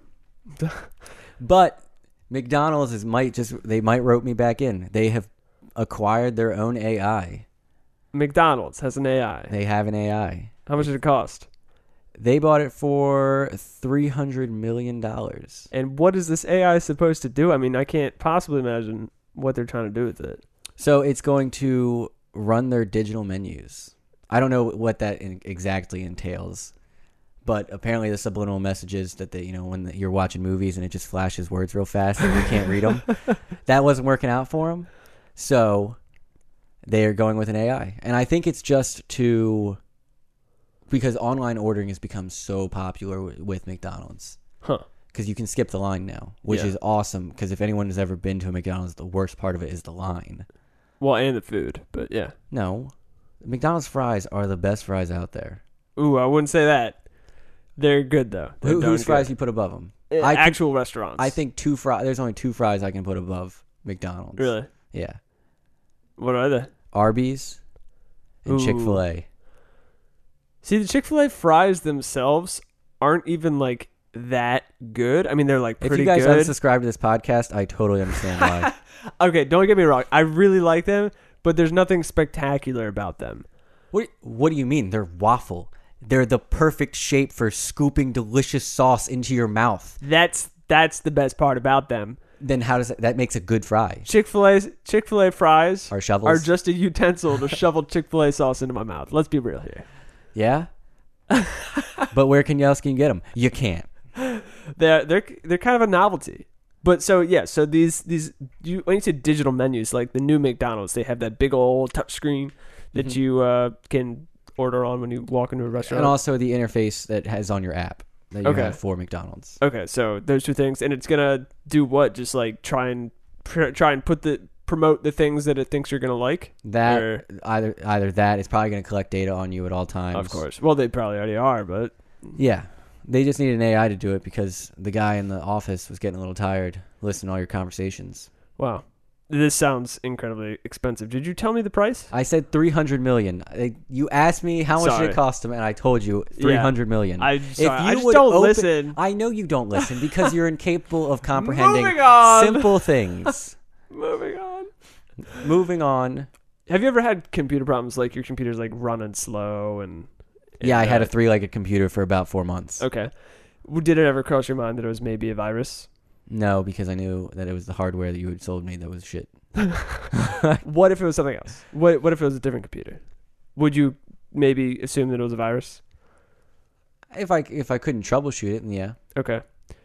But McDonald's is might just they might rope me back in. They have acquired their own AI.
McDonald's has an AI.
They have an AI.
How much did it cost?
They bought it for three hundred million dollars.
And what is this AI supposed to do? I mean, I can't possibly imagine what they're trying to do with it.
So it's going to run their digital menus. I don't know what that in- exactly entails, but apparently the subliminal messages that they, you know, when you're watching movies and it just flashes words real fast and you can't read them, that wasn't working out for them. So they are going with an AI, and I think it's just to because online ordering has become so popular w- with McDonald's
Huh.
because you can skip the line now, which
Yeah.
is awesome. Because if anyone has ever been to a McDonald's, the worst part of it is the line.
Well, and the food, but yeah.
No. McDonald's fries are the best fries out there.
Ooh, I wouldn't say that. They're good though. They're
Who,
darn
whose fries
good.
you put above them?
Eh,
I can-
actual restaurants.
I think two fries. There's only two fries I can put above McDonald's.
really.
Yeah.
What are they?
Arby's and
Ooh.
Chick Fil A.
See, the Chick Fil A fries themselves aren't even like that good. I mean, they're like
If
pretty
you guys
good.
unsubscribe to this podcast, I totally understand why.
okay, don't get me wrong. I really like them, but there's nothing spectacular about them.
what What do you mean? They're waffle. They're the perfect shape for scooping delicious sauce into your mouth.
That's that's the best part about them.
Then how does that, that makes a good fry?
Chick Fil A Chick Fil A fries
Are shovels?
are just a utensil to shovel Chick Fil A sauce into my mouth. Let's be real here.
yeah. but where can else can you get them? You can't.
They're they're they're kind of a novelty. But so yeah, so these these you when you say digital menus, like the new McDonald's, they have that big old touch screen that you uh, can order on when you walk into a restaurant.
Mm-hmm. And also the interface that has on your app that you
Okay.
have for McDonald's.
okay, so those two things, and it's gonna do what? Just like try and pr- try and put the promote the things that it thinks you're gonna like.
That
Or-
either either that it's probably going to collect data on you at all times.
Of course. Well, they probably already are, but
Yeah. They just need an AI to do it because the guy in the office was getting a little tired listening to all your conversations.
Wow. This sounds incredibly expensive. Did you tell me the price?
I said 300 million. I- You asked me how much did
Sorry.
it cost him, and I told you 300 million.
I-
If
sorry, I
you
just
would
don't listen.
I know you don't listen because you're incapable of comprehending
Moving on.
simple things.
Moving on.
Moving on.
Have you ever had computer problems like your computer's like running slow and
Yeah, I had a
uh,
three-legged computer for about four months.
Okay. W- Did it ever cross your mind that it was maybe a virus?
No, because I knew that it was the hardware that you had sold me that was shit.
What if it was something else? What what if it was a different computer? Would you maybe assume that it was a virus?
If I if I couldn't troubleshoot it, then yeah.
Okay.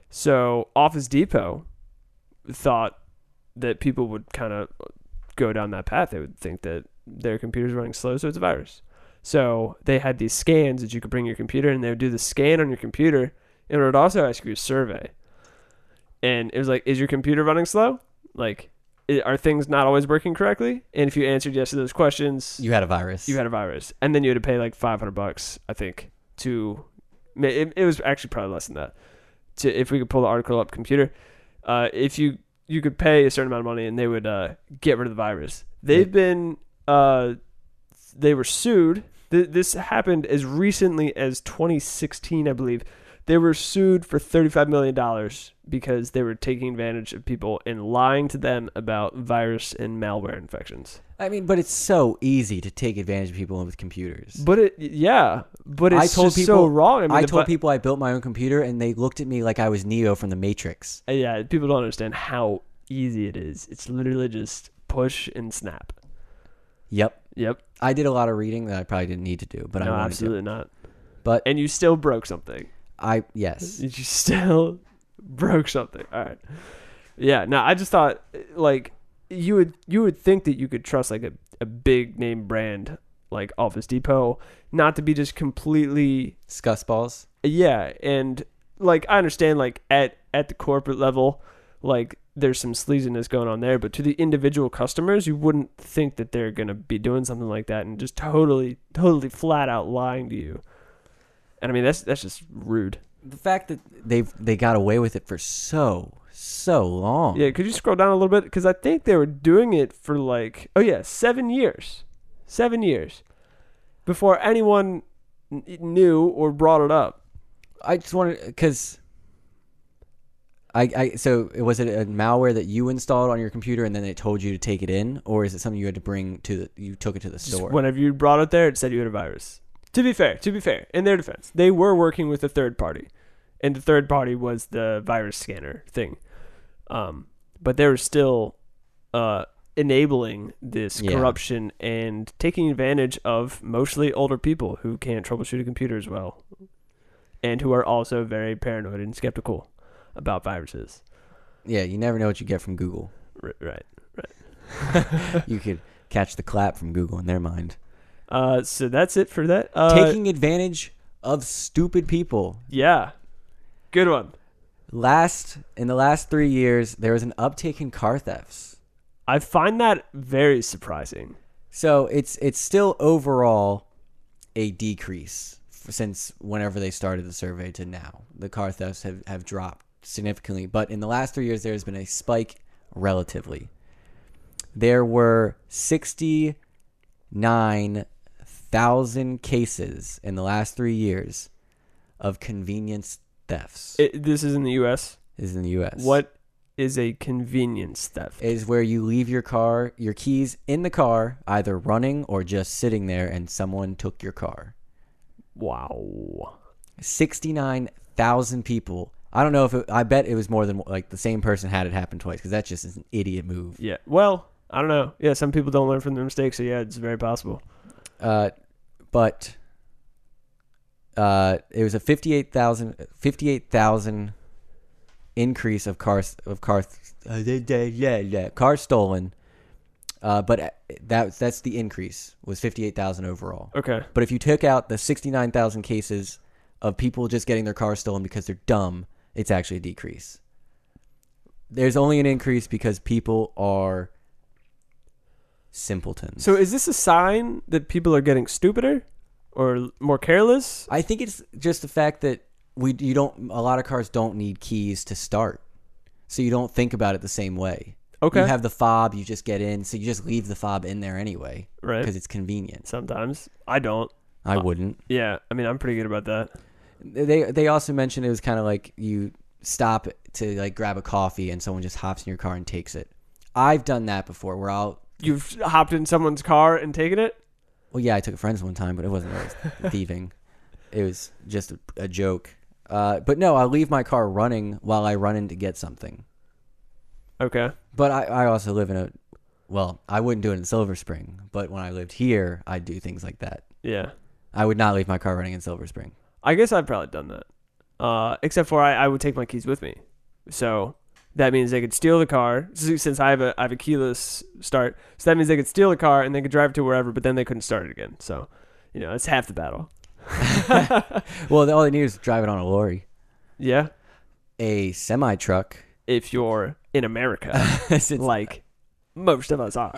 So Office Depot thought that people would kind of go down that path. They would think that their computer's running slow, so it's a virus. So they had these scans that you could bring your computer, and they would do the scan on your computer, and it would also ask you a survey. And it was like, is your computer running slow? Like, i- are things not always working correctly? And if you answered yes to those questions,
You had a virus.
you had a virus, and then you had to pay like five hundred bucks, I think, to. ma- It, it was actually probably less than that. To if we could pull the article up, computer, uh, if you you could pay a certain amount of money, and they would uh, get rid of the virus. They've been uh, they were sued. Th- this happened as recently as 2016, I believe. They were sued for 35 million dollars because they were taking advantage of people and lying to them about virus and malware infections.
I mean, but it's so easy to take advantage of people with computers.
But it, yeah, but it's
I told
just
people
so wrong. I, mean, the
told
bu-
people I built my own computer, and they looked at me like I was Neo from the Matrix.
uh, yeah, people don't understand how easy it is. It's literally just push and snap.
Yep.
Yep,
I did a lot of reading that I probably didn't need to do, but I
no,
wanted
absolutely not.
to. But
And you still broke something.
I yes,
You still broke something. All right. Yeah. No, I just thought uh, like you would you would think that you could trust like a, a big name brand like Office Depot not to be just completely
scuss balls.
yeah and like i understand like at at the corporate level like there's some sleaziness going on there but to the individual customers you wouldn't think that they're going to be doing something like that and just totally totally flat out lying to you and i mean that's that's just rude
The fact that they've they got away with it for so so long.
yeah could you scroll down a little bit because i think they were doing it for like oh yeah seven years seven years before anyone n- knew or brought it up
I just wanted because. I, I so was it a malware that you installed on your computer and then they told you to take it in, or is it something you had to bring to the, you took it to the
Just
store?
whenever you brought it there, it said you had a virus. To be fair, to be fair, in their defense, they were working with a third party, and the third party was the virus scanner thing. Um, but they were still uh, enabling this
Yeah.
corruption and taking advantage of mostly older people who can't troubleshoot a computer as well, and who are also very paranoid and skeptical about viruses.
yeah, you never know what you get from Google.
R- right.
you could catch the clap from Google in their mind.
Uh, so that's it for that. Uh,
Taking advantage of stupid people.
yeah, good one.
Last in the last three years, there was an uptick in car thefts.
I find that very surprising.
So it's it's still overall a decrease f- since whenever they started the survey to now. The car thefts have, have dropped significantly, but in the last three years, there has been a spike relatively. There were sixty nine thousand cases in the last three years of convenience thefts.
It, this is in the U.S.
This is in the U.S.
What is a convenience theft?
is where you leave your car, your keys in the car, either running or just sitting there, and someone took your car.
wow.
69,000 people. I don't know if it, I bet it was more than like the same person had it happen twice because that just is an idiot move.
Yeah. Well, I don't know. Yeah, some people don't learn from their mistakes, so yeah, it's very possible.
Uh, but uh, it was a 58,000 58,000 increase of cars of uh, cars cars stolen. Uh, but uh, that that's the increase was 58,000 overall.
Okay.
But if you took out the 69,000 cases of people just getting their cars stolen because they're dumb, it's actually a decrease. There's only an increase because people are simpletons.
So is this a sign that people are getting stupider or more careless?
I think it's just the fact that we you don't a lot of cars don't need keys to start, so you don't think about it the same way.
Okay.
You have the fob, you just get in, so you just leave the fob in there anyway,
Right.
Because it's convenient.
Sometimes I don't.
I wouldn't.
Yeah, I mean I'm pretty good about that.
They they also mentioned it was kind of like you stop to like grab a coffee and someone just hops in your car and takes it. I've done that before where I'll
You've hopped in someone's car and taken it.
Well, yeah, I took a friend's one time, but it wasn't really thieving. It was just a, a joke. Uh, but no, I leave my car running while I run in to get something.
Okay.
But I, I also live in a, well, I wouldn't do it in Silver Spring, but when I lived here, I'd do things like that.
Yeah.
I would not leave my car running in Silver Spring.
I guess I've probably done that. Uh, except for I, I would take my keys with me. So that means they could steal the car s- since I have a I have a keyless start. So that means they could steal the car and they could drive it to wherever, but then they couldn't start it again. So you know it's half the battle.
Well, all they need is drive it on a lorry,
Yeah.
a semi truck.
If you're in America, like most of us are.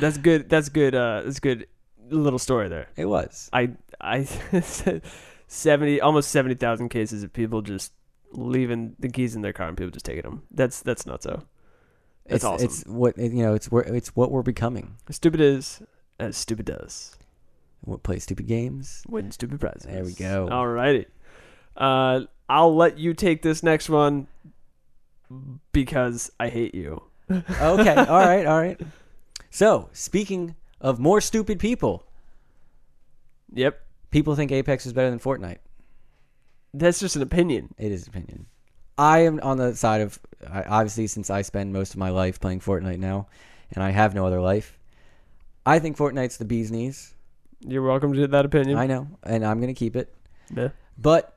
that's good. That's good. Uh, that's good. Little story there.
It was.
I I said seventy almost seventy thousand cases of people just leaving the keys in their car and people just taking them. That's that's not so. That's
it's,
awesome.
It's what you know. It's where it's what we're becoming.
stupid is as stupid does.
We play stupid games.
Win stupid prizes.
There we go.
Alrighty. Uh, I'll let you take this next one because I hate you.
okay. All right. All right. So, speaking of more stupid people,
Yep.
people think Apex is better than Fortnite.
That's just an opinion.
It is opinion. I am on the side of I- obviously since I spend most of my life playing Fortnite now, and I have no other life. I think Fortnite's the bee's knees.
You're welcome to that opinion.
I know, and I'm gonna keep it.
Yeah.
But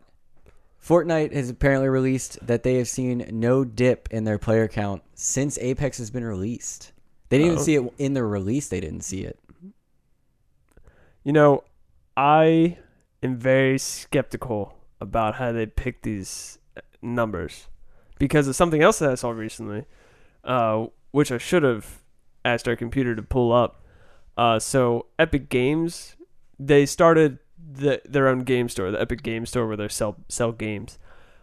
Fortnite has apparently released that they have seen no dip in their player count since Apex has been released. They didn't
Oh.
even see it in the release. They didn't see it.
You know, I am very skeptical about how they pick these uh, numbers because of something else that I saw recently, uh, which I should have asked our computer to pull up. Uh, so Epic Games, they started the, their own game store, the Epic Game Store, where they sell sell games,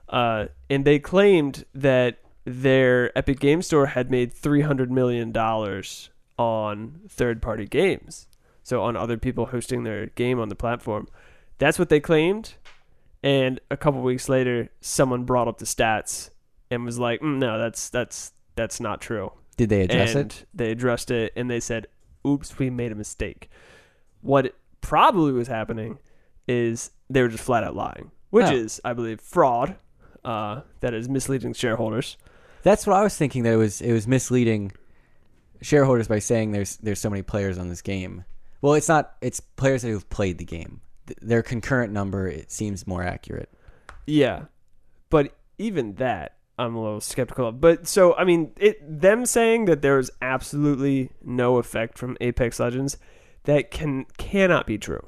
uh, and they claimed that their Epic Game Store had made three hundred million dollars on third party games so on other people hosting their game on the platform. That's what they claimed. And a couple weeks later, someone brought up the stats and was like, mm, "No, that's that's that's not true."
Did they address
and
it?
they addressed it and they said, "Oops, we made a mistake." What probably was happening is they were just flat out lying, which
Oh.
is, I believe, fraud. Uh, that is misleading shareholders.
That's what I was thinking. That it was it was misleading shareholders by saying there's there's so many players on this game. Well, it's not. It's players who have played the game. Th- Their concurrent number it seems more accurate.
Yeah, but even that I'm a little skeptical of. But so I mean, it them saying that there is absolutely no effect from Apex Legends, that can cannot be true.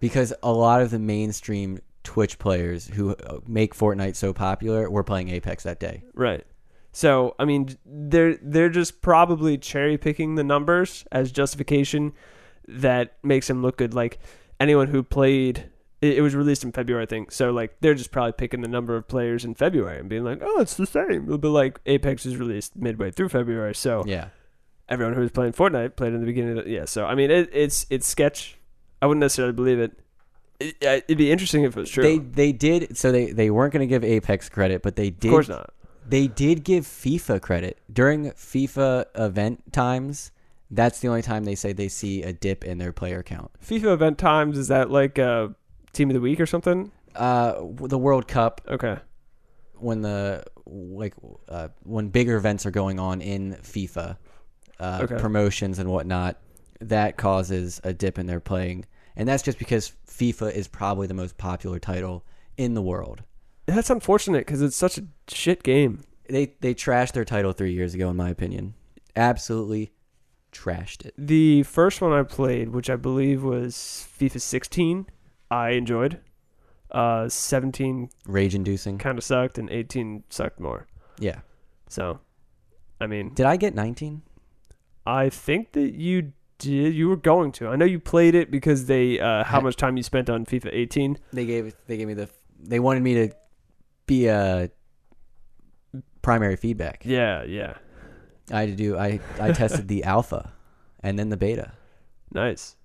because a lot of the mainstream Twitch players who uh, make Fortnite so popular were playing Apex that day.
Right. So I mean, they're they're just probably cherry picking the numbers as justification that makes him look good. Like anyone who played, it, it was released in February, I think. So like they're just probably picking the number of players in February and being like, oh, it's the same. It'll be like Apex was released midway through February, so
Yeah.
everyone who was playing Fortnite played in the beginning. Of the, yeah, so I mean, it, it's it's sketch. I wouldn't necessarily believe it. it. I- It'd be interesting if it was true.
They they did so they they weren't going to give Apex credit, but they did
of course not.
they did give FIFA credit during FIFA event times. That's the only time they say they see a dip in their player count.
FIFA event times is that like uh, team of the week or something?
Uh, w- the World Cup
Okay,
when the like uh, when bigger events are going on in FIFA, uh,
Okay.
promotions and whatnot, that causes a dip in their playing, and that's just because FIFA is probably the most popular title in the world.
that's unfortunate because it's such a shit game.
They they trashed their title three years ago, in my opinion. Absolutely trashed it.
The first one I played, which I believe was FIFA 16, I enjoyed. Uh, 17
Rage inducing.
kind of sucked, and 18 sucked more.
Yeah.
So, I mean,
Did I get nineteen?
I think that you did you were going to? I know you played it because they uh, how
I-
much time you spent on FIFA 18.
They gave they gave me the they wanted me to be a primary feedback.
Yeah, yeah,
I had to do I I tested the alpha and then the beta.
nice.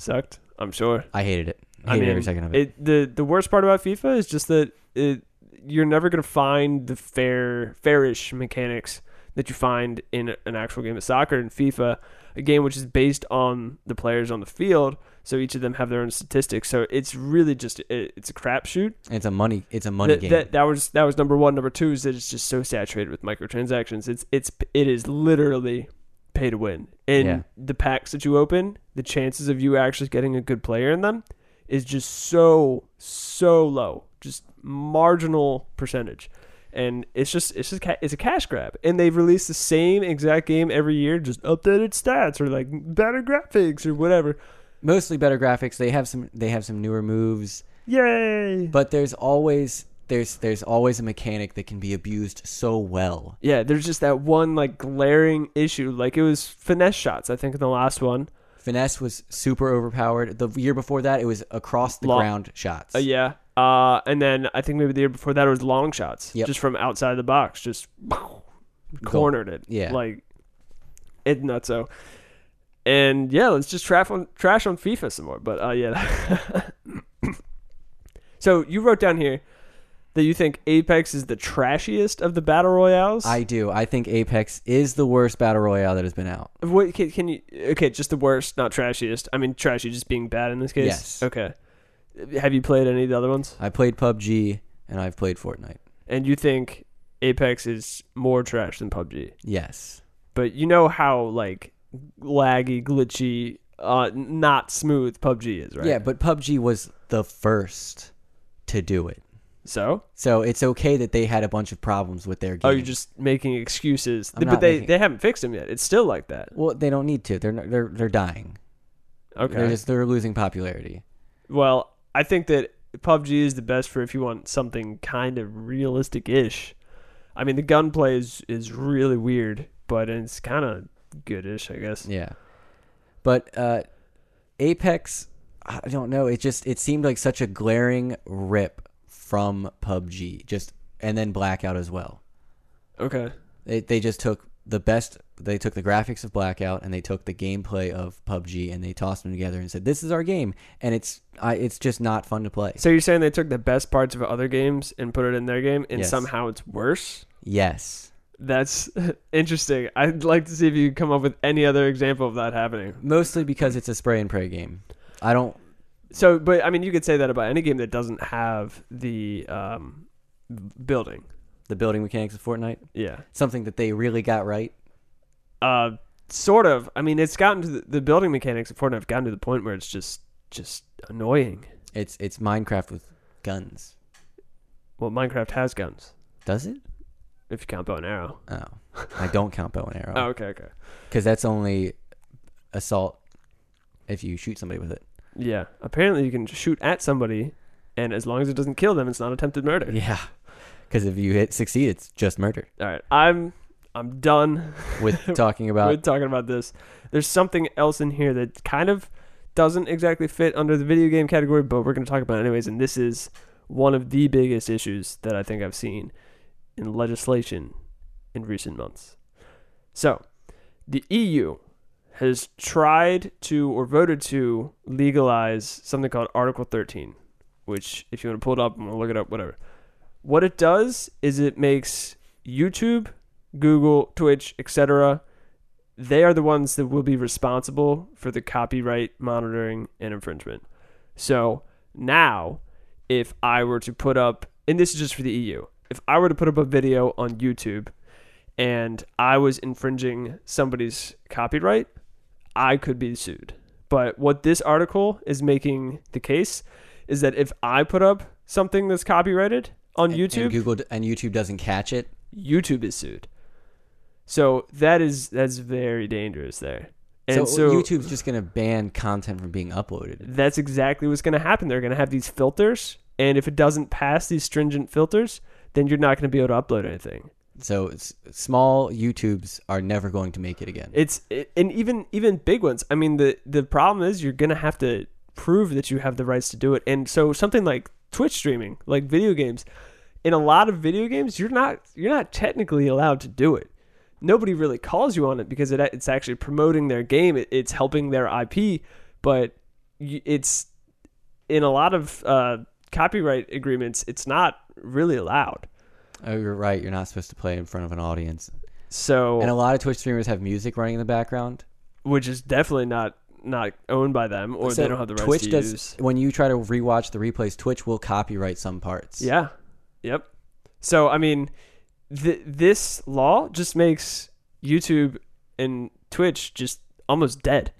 Sucked, I'm sure.
I hated it. I
I
hated
mean,
every second of it.
It the the worst part about FIFA is just that it you're never gonna find the fair fairish mechanics that you find in an actual game of soccer in FIFA, a game which is based on the players on the field. So each of them have their own statistics. So it's really just it, it's a crapshoot.
It's a money it's a money
That,
game.
that that was that was number one. Number two is that it's just so saturated with microtransactions. It's it's it is literally pay to win. And
Yeah.
the packs that you open, the chances of you actually getting a good player in them is just so so low, just marginal percentage. And it's just it's just ca- it's a cash grab. And they release the same exact game every year, just updated stats or like better graphics or whatever.
Mostly better graphics. They have some they have some newer moves,
Yay!
but there's always there's there's always a mechanic that can be abused so well.
Yeah, there's just that one like glaring issue. Like it was finesse shots, I think, in the last one.
Finesse was super overpowered. The year before that, it was across the
Long-
ground shots.
Uh, yeah. Uh, and then I think maybe the year before that it was long shots,
Yep.
just from outside the box, just pow, cornered it.
Yeah.
like it not so. And yeah, let's just trash on trash on FIFA some more. But uh, yeah. so you wrote down here that you think Apex is the trashiest of the battle royales.
I do. I think Apex is the worst battle royale that has been out.
What can, can you? Okay, just the worst, not trashiest. I mean, trashy just being bad in this case.
Yes.
Okay. Have you played any of the other ones?
I played PUBG and I've played Fortnite.
And you think Apex is more trash than PUBG?
Yes.
But you know how like laggy, glitchy, uh, n- not smooth PUBG is, right?
Yeah, but PUBG was the first to do it.
So,
So it's okay that they had a bunch of problems with their game.
oh, you're just making excuses,
I'm
but
not
they
making-
they haven't fixed them yet. It's still like that.
well, they don't need to. They're not, they're they're dying.
Okay.
They're just they're losing popularity.
Well, I think that PUBG is the best for if you want something kind of realistic-ish. I mean, the gunplay is is really weird, but it's kind of goodish, I guess.
Yeah. But uh Apex, I don't know. It just it seemed like such a glaring rip from PUBG. Just and then Blackout as well.
Okay.
They they just took the best. They took the graphics of Blackout and they took the gameplay of PUBG and they tossed them together and said, "This is our game." And it's I, it's just not fun to play.
So you're saying they took the best parts of other games and put it in their game, and
Yes.
somehow it's worse?
Yes,
That's interesting. I'd like to see if you come up with any other example of that happening.
mostly because it's a spray and pray game. I don't.
So, but I mean, you could say that about any game that doesn't have the um, building.
The building mechanics of Fortnite,
Yeah.
something that they really got right.
uh, sort of. I mean, it's gotten to the, the building mechanics of Fortnite have gotten to the point where it's just just annoying.
It's it's Minecraft with guns.
Well, Minecraft has guns
Does it?
if you count bow and arrow.
Oh, I don't count bow and
Oh,
arrow
okay, okay,
because that's only assault if you shoot somebody with it.
yeah. Apparently, you can shoot at somebody, and as long as it doesn't kill them, it's not attempted murder.
Yeah, because if you hit succeed, it's just murder.
All right, I'm I'm done
With talking about
with talking about this. There's something else in here that kind of doesn't exactly fit under the video game category, but we're going to talk about it anyways. And this is one of the biggest issues that I think I've seen in legislation in recent months. So, the EU has tried to or voted to legalize something called Article 13, which, if you want to pull it up and want to look it up, whatever. What it does is it makes YouTube, Google, Twitch, etc., they are the ones that will be responsible for the copyright monitoring and infringement. So now, if I were to put up, and this is just for the EU, if I were to put up a video on YouTube and I was infringing somebody's copyright, I could be sued. But what this article is making the case is that if I put up something that's copyrighted on
and-
YouTube,
and Google d- and YouTube doesn't catch it.
YouTube is sued. So that is that's very dangerous there. And so,
so YouTube's just gonna ban content from being uploaded.
that's exactly what's going to happen. They're going to have these filters, and if it doesn't pass these stringent filters, then you're not going to be able to upload anything.
So it's, small YouTubes are never going to make it again.
It's it, and even even big ones. I mean, the the problem is you're gonna have to prove that you have the rights to do it. And so something like Twitch streaming, like video games, in a lot of video games, you're not you're not technically allowed to do it. Nobody really calls you on it because it it's actually promoting their game. It, it's helping their IP, but y- it's in a lot of uh, copyright agreements, it's not really allowed.
oh, you're right. You're not supposed to play in front of an audience.
So
And a lot of Twitch streamers have music running in the background.
which is definitely not not owned by them or
So
they don't have the rights
Twitch
to
does
use.
when you try to rewatch the replays. Twitch will copyright some parts.
Yeah. Yep. So I mean, th- this law just makes YouTube and Twitch just almost dead.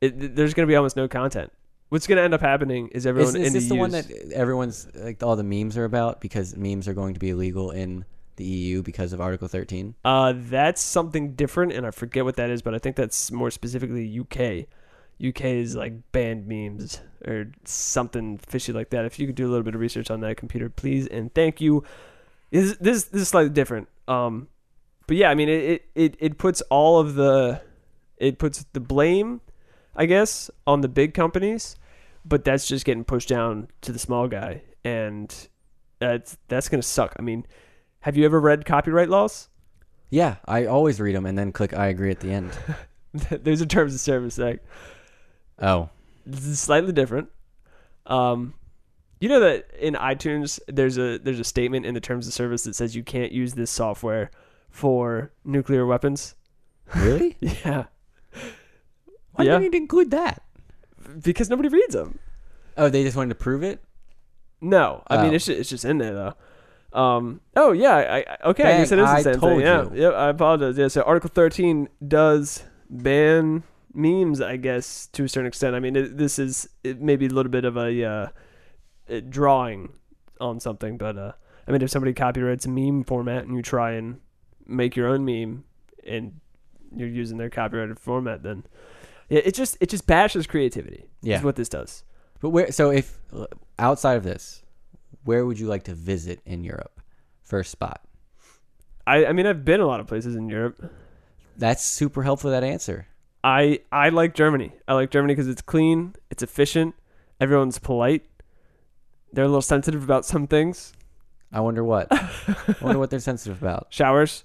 It, th- there's going to be almost no content. What's going to end up happening is
Is,
everyone
is
in
this the one
use-
that everyone's like all the memes are about? Because memes are going to be illegal in the EU because of Article 13.
Uh, that's something different, and I forget what that is, but I think that's more specifically UK. UK is like banned memes or something fishy like that. If you could do a little bit of research on that computer, please and thank you. This this, this is slightly different. Um, but yeah, I mean it, it, it, it puts all of the it puts the blame, I guess, on the big companies, but that's just getting pushed down to the small guy, and that's that's gonna suck. I mean, have you ever read copyright laws?
Yeah, I always read them and then click I agree at the end.
there's a terms of service act.
Oh,
This is slightly different. Um, you know that in iTunes there's a there's a statement in the terms of service that says you can't use this software for nuclear weapons.
really?
Yeah,
Why
Yeah.
do you need to include that?
because nobody reads them.
Oh, they just wanted to prove it.
No, I mean
Oh.
it's just, it's just in there though. Um, oh yeah, I, I- okay, I guess it
Bang,
is the
I
same
told
thing. Yeah,
you.
yep, I apologize. Yeah, so Article 13 does ban memes, I guess, to a certain extent. I mean, it, this is it may be a little bit of a uh, uh drawing on something, but uh, I mean, if somebody copyrights a meme format and you try and make your own meme and you're using their copyrighted format, then yeah, it just it just bashes creativity.
Yeah.
is what this does.
But where? So if uh, outside of this, where would you like to visit in Europe? First spot.
I, I mean, I've been a lot of places in Europe.
That's super helpful. That answer.
I I like Germany. I like Germany because it's clean, it's efficient, everyone's polite. They're a little sensitive about some things,
I wonder what. I wonder what they're sensitive about.
showers,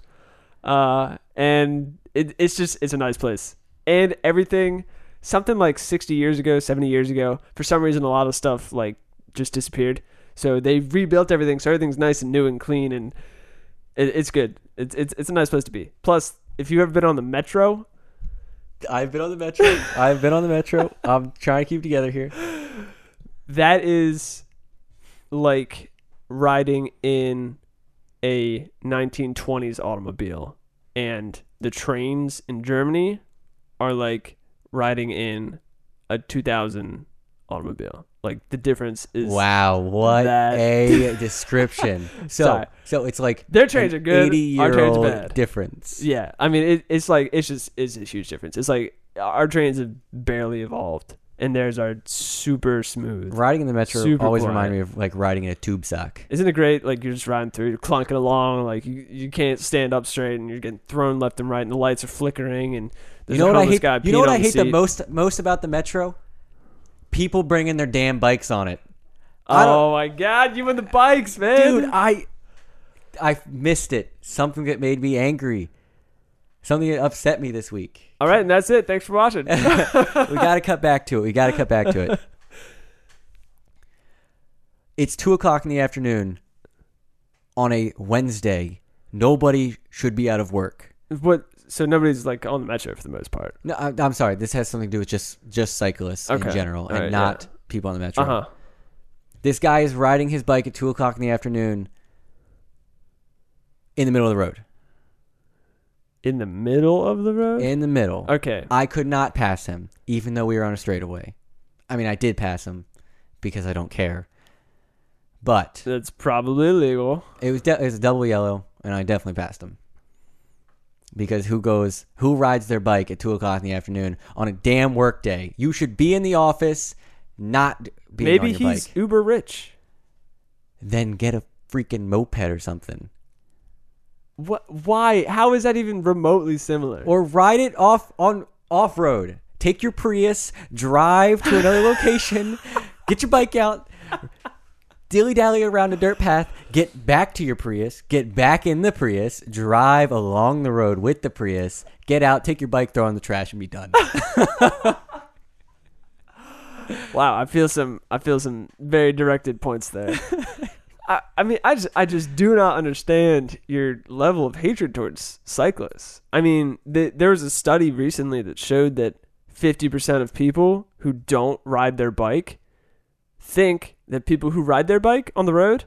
uh, and it, it's just it's a nice place. And everything, something like sixty years ago, seventy years ago, for some reason, a lot of stuff like just disappeared. So they rebuilt everything, so everything's nice and new and clean, and it, it's good. It's it's it's a nice place to be. Plus, if you've ever been on the metro,
I've been on the metro. I've been on the metro. I'm trying to keep together here.
that is like riding in a 1920s automobile and the trains in Germany are like riding in a 2000 automobile like the difference is
Wow, what
That-
a description. So,
Sorry.
so it's like
Their trains
an
are good, our trains are
80-year-old
bad.
difference.
yeah i mean it, it's like it's just it's a huge difference it's like our trains have barely evolved and theirs are super smooth
Riding in the metro
Super
always
quiet.
remind me of like riding in a tube sock.
Isn't it great? Like you're just riding through, you're clunking along, like you, you can't stand up straight, and you're getting thrown left and right, and the lights are flickering, and
You
there's
know
a
what I
homeless
hate?
guy
You know what
peeing
I
on
hate the
seat.
most most about the metro? People bringing their damn bikes on it. I don't-
Oh my god, you and the bikes, man!
Dude, I I missed it. Something that made me angry. Something that upset me this week.
All right, and that's it. Thanks for watching.
we got to cut back to it. We got to cut back to it. It's two o'clock in the afternoon on a Wednesday. Nobody should be out of work.
what? So nobody's like on the metro for the most part.
No, I, I'm sorry. This has something to do with just just cyclists
Okay.
in general and
All right,
not people on the metro.
Uh huh.
This guy is riding his bike at two o'clock in the afternoon in the middle of the road.
In the middle of the road.
In the middle.
okay.
I could not pass him, even though we were on a straightaway. I mean, I did pass him because I don't care. But
That's probably illegal.
It was de- it was a double yellow, and I definitely passed him. Because who goes, who rides their bike at two o'clock in the afternoon on a damn work day? You should be in the office, not being
Maybe
on your
he's
bike.
uber rich.
Then get a freaking moped or something.
What? Why? How is that even remotely similar?
or ride it off on off road. Take your Prius, drive to another location, get your bike out, dilly dally around a dirt path, get back to your Prius, get back in the Prius, drive along the road with the Prius, get out, take your bike, throw it in the trash, and be done.
Wow, I feel some I feel some very directed points there. I, I mean, I just I just do not understand your level of hatred towards cyclists. I mean, th- there was a study recently that showed that 50% of people who don't ride their bike think that people who ride their bike on the road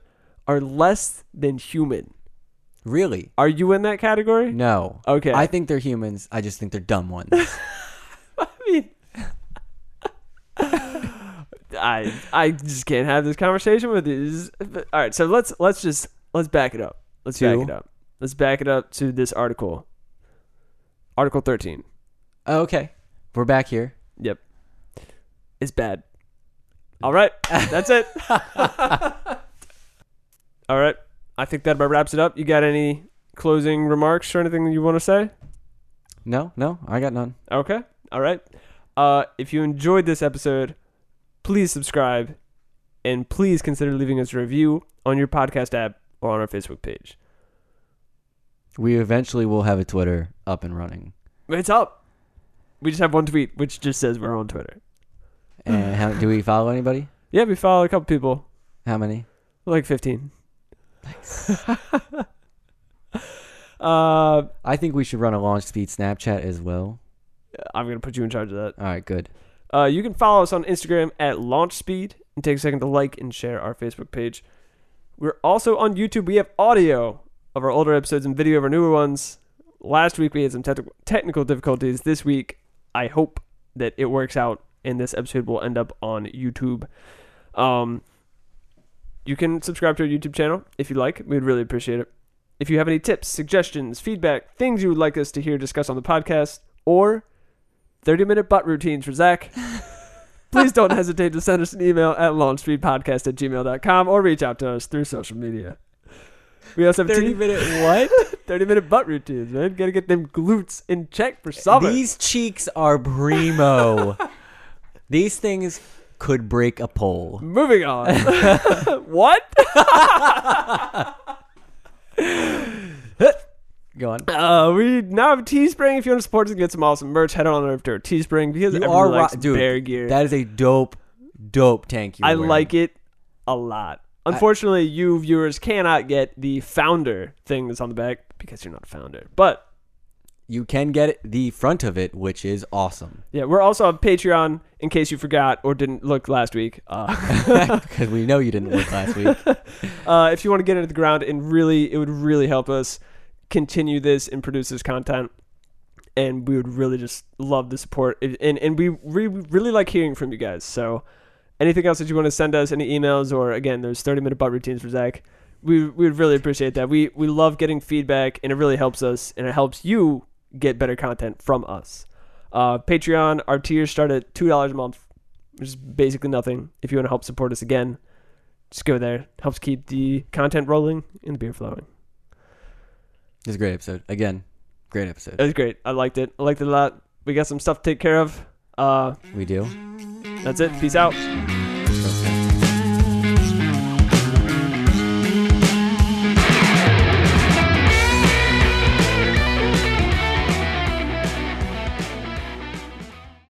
are less than human.
really?
Are you in that category?
No.
Okay.
I think they're humans. I just think they're dumb ones.
I mean, I I just can't have this conversation with you. This is- all right, so let's let's just let's back it up. Let's
To-
back it up. Let's back it up to this article. Article thirteen.
Oh, okay. We're back here.
Yep, it's bad. All right, that's it. all right, I think that about wraps it up. You got any closing remarks or anything you want to say?
No, no, I got none.
Okay. All right. Uh, if you enjoyed this episode, please subscribe and please consider leaving us a review on your podcast app or on our Facebook page.
We eventually will have a Twitter up and running.
It's up. We just have one tweet, which just says we're on Twitter.
And how, do we follow anybody?
Yeah, we follow a couple people,
How many?
like 15. uh,
I think we should run a launch speed Snapchat as well.
I'm going to put you in charge of that.
All right, good.
Uh, you can follow us on Instagram at LaunchSpeed and take a second to like and share our Facebook page. We're also on YouTube. We have audio of our older episodes and video of our newer ones. Last week we had some techni- technical difficulties. This week, I hope that it works out and this episode will end up on YouTube. Um, you can subscribe to our YouTube channel if you like. We'd really appreciate it. If you have any tips, suggestions, feedback, things you would like us to hear discussed on the podcast, or 30 minute butt routines for Zach. Please don't hesitate to send us an email at launchspeedpodcast at gmail.com or reach out to us through social media. We also have 30 minute what? 30 minute butt routines, man. Gotta get them glutes in check for summer.
These cheeks are primo. These things could break a pole.
Moving on. what?
Go on.
Uh, we now have Teespring. If you want to support us and get some awesome merch, head on over to our Teespring because
You
everyone
are right,
likes
dude.
bear gear.
That is a dope, dope tank. You're
I
wearing.
like it a lot. Unfortunately, you viewers cannot get the founder thing that's on the back because you're not a founder. But
You can get the front of it, which is awesome
yeah, we're also on Patreon in case you forgot or didn't look last week. Uh,
because we know you didn't look last week.
uh, if you want to get into the ground and really, it would really help us continue this and produce this content. And we would really just love the support. And and, and we re- really like hearing from you guys. So anything else that you want to send us, any emails, or again, there's 30 minute butt routines for Zach. We we would really appreciate that. We we love getting feedback, and it really helps us, and it helps you get better content from us. Uh, Patreon, our tiers start at two dollars a month, which is basically nothing. If you want to help support us again, just go there. Helps keep the content rolling and the beer flowing.
This is a great episode. Again, great episode.
It was great. I liked it. I liked it a lot. We got some stuff to take care of. Uh,
We do.
that's it. Peace out.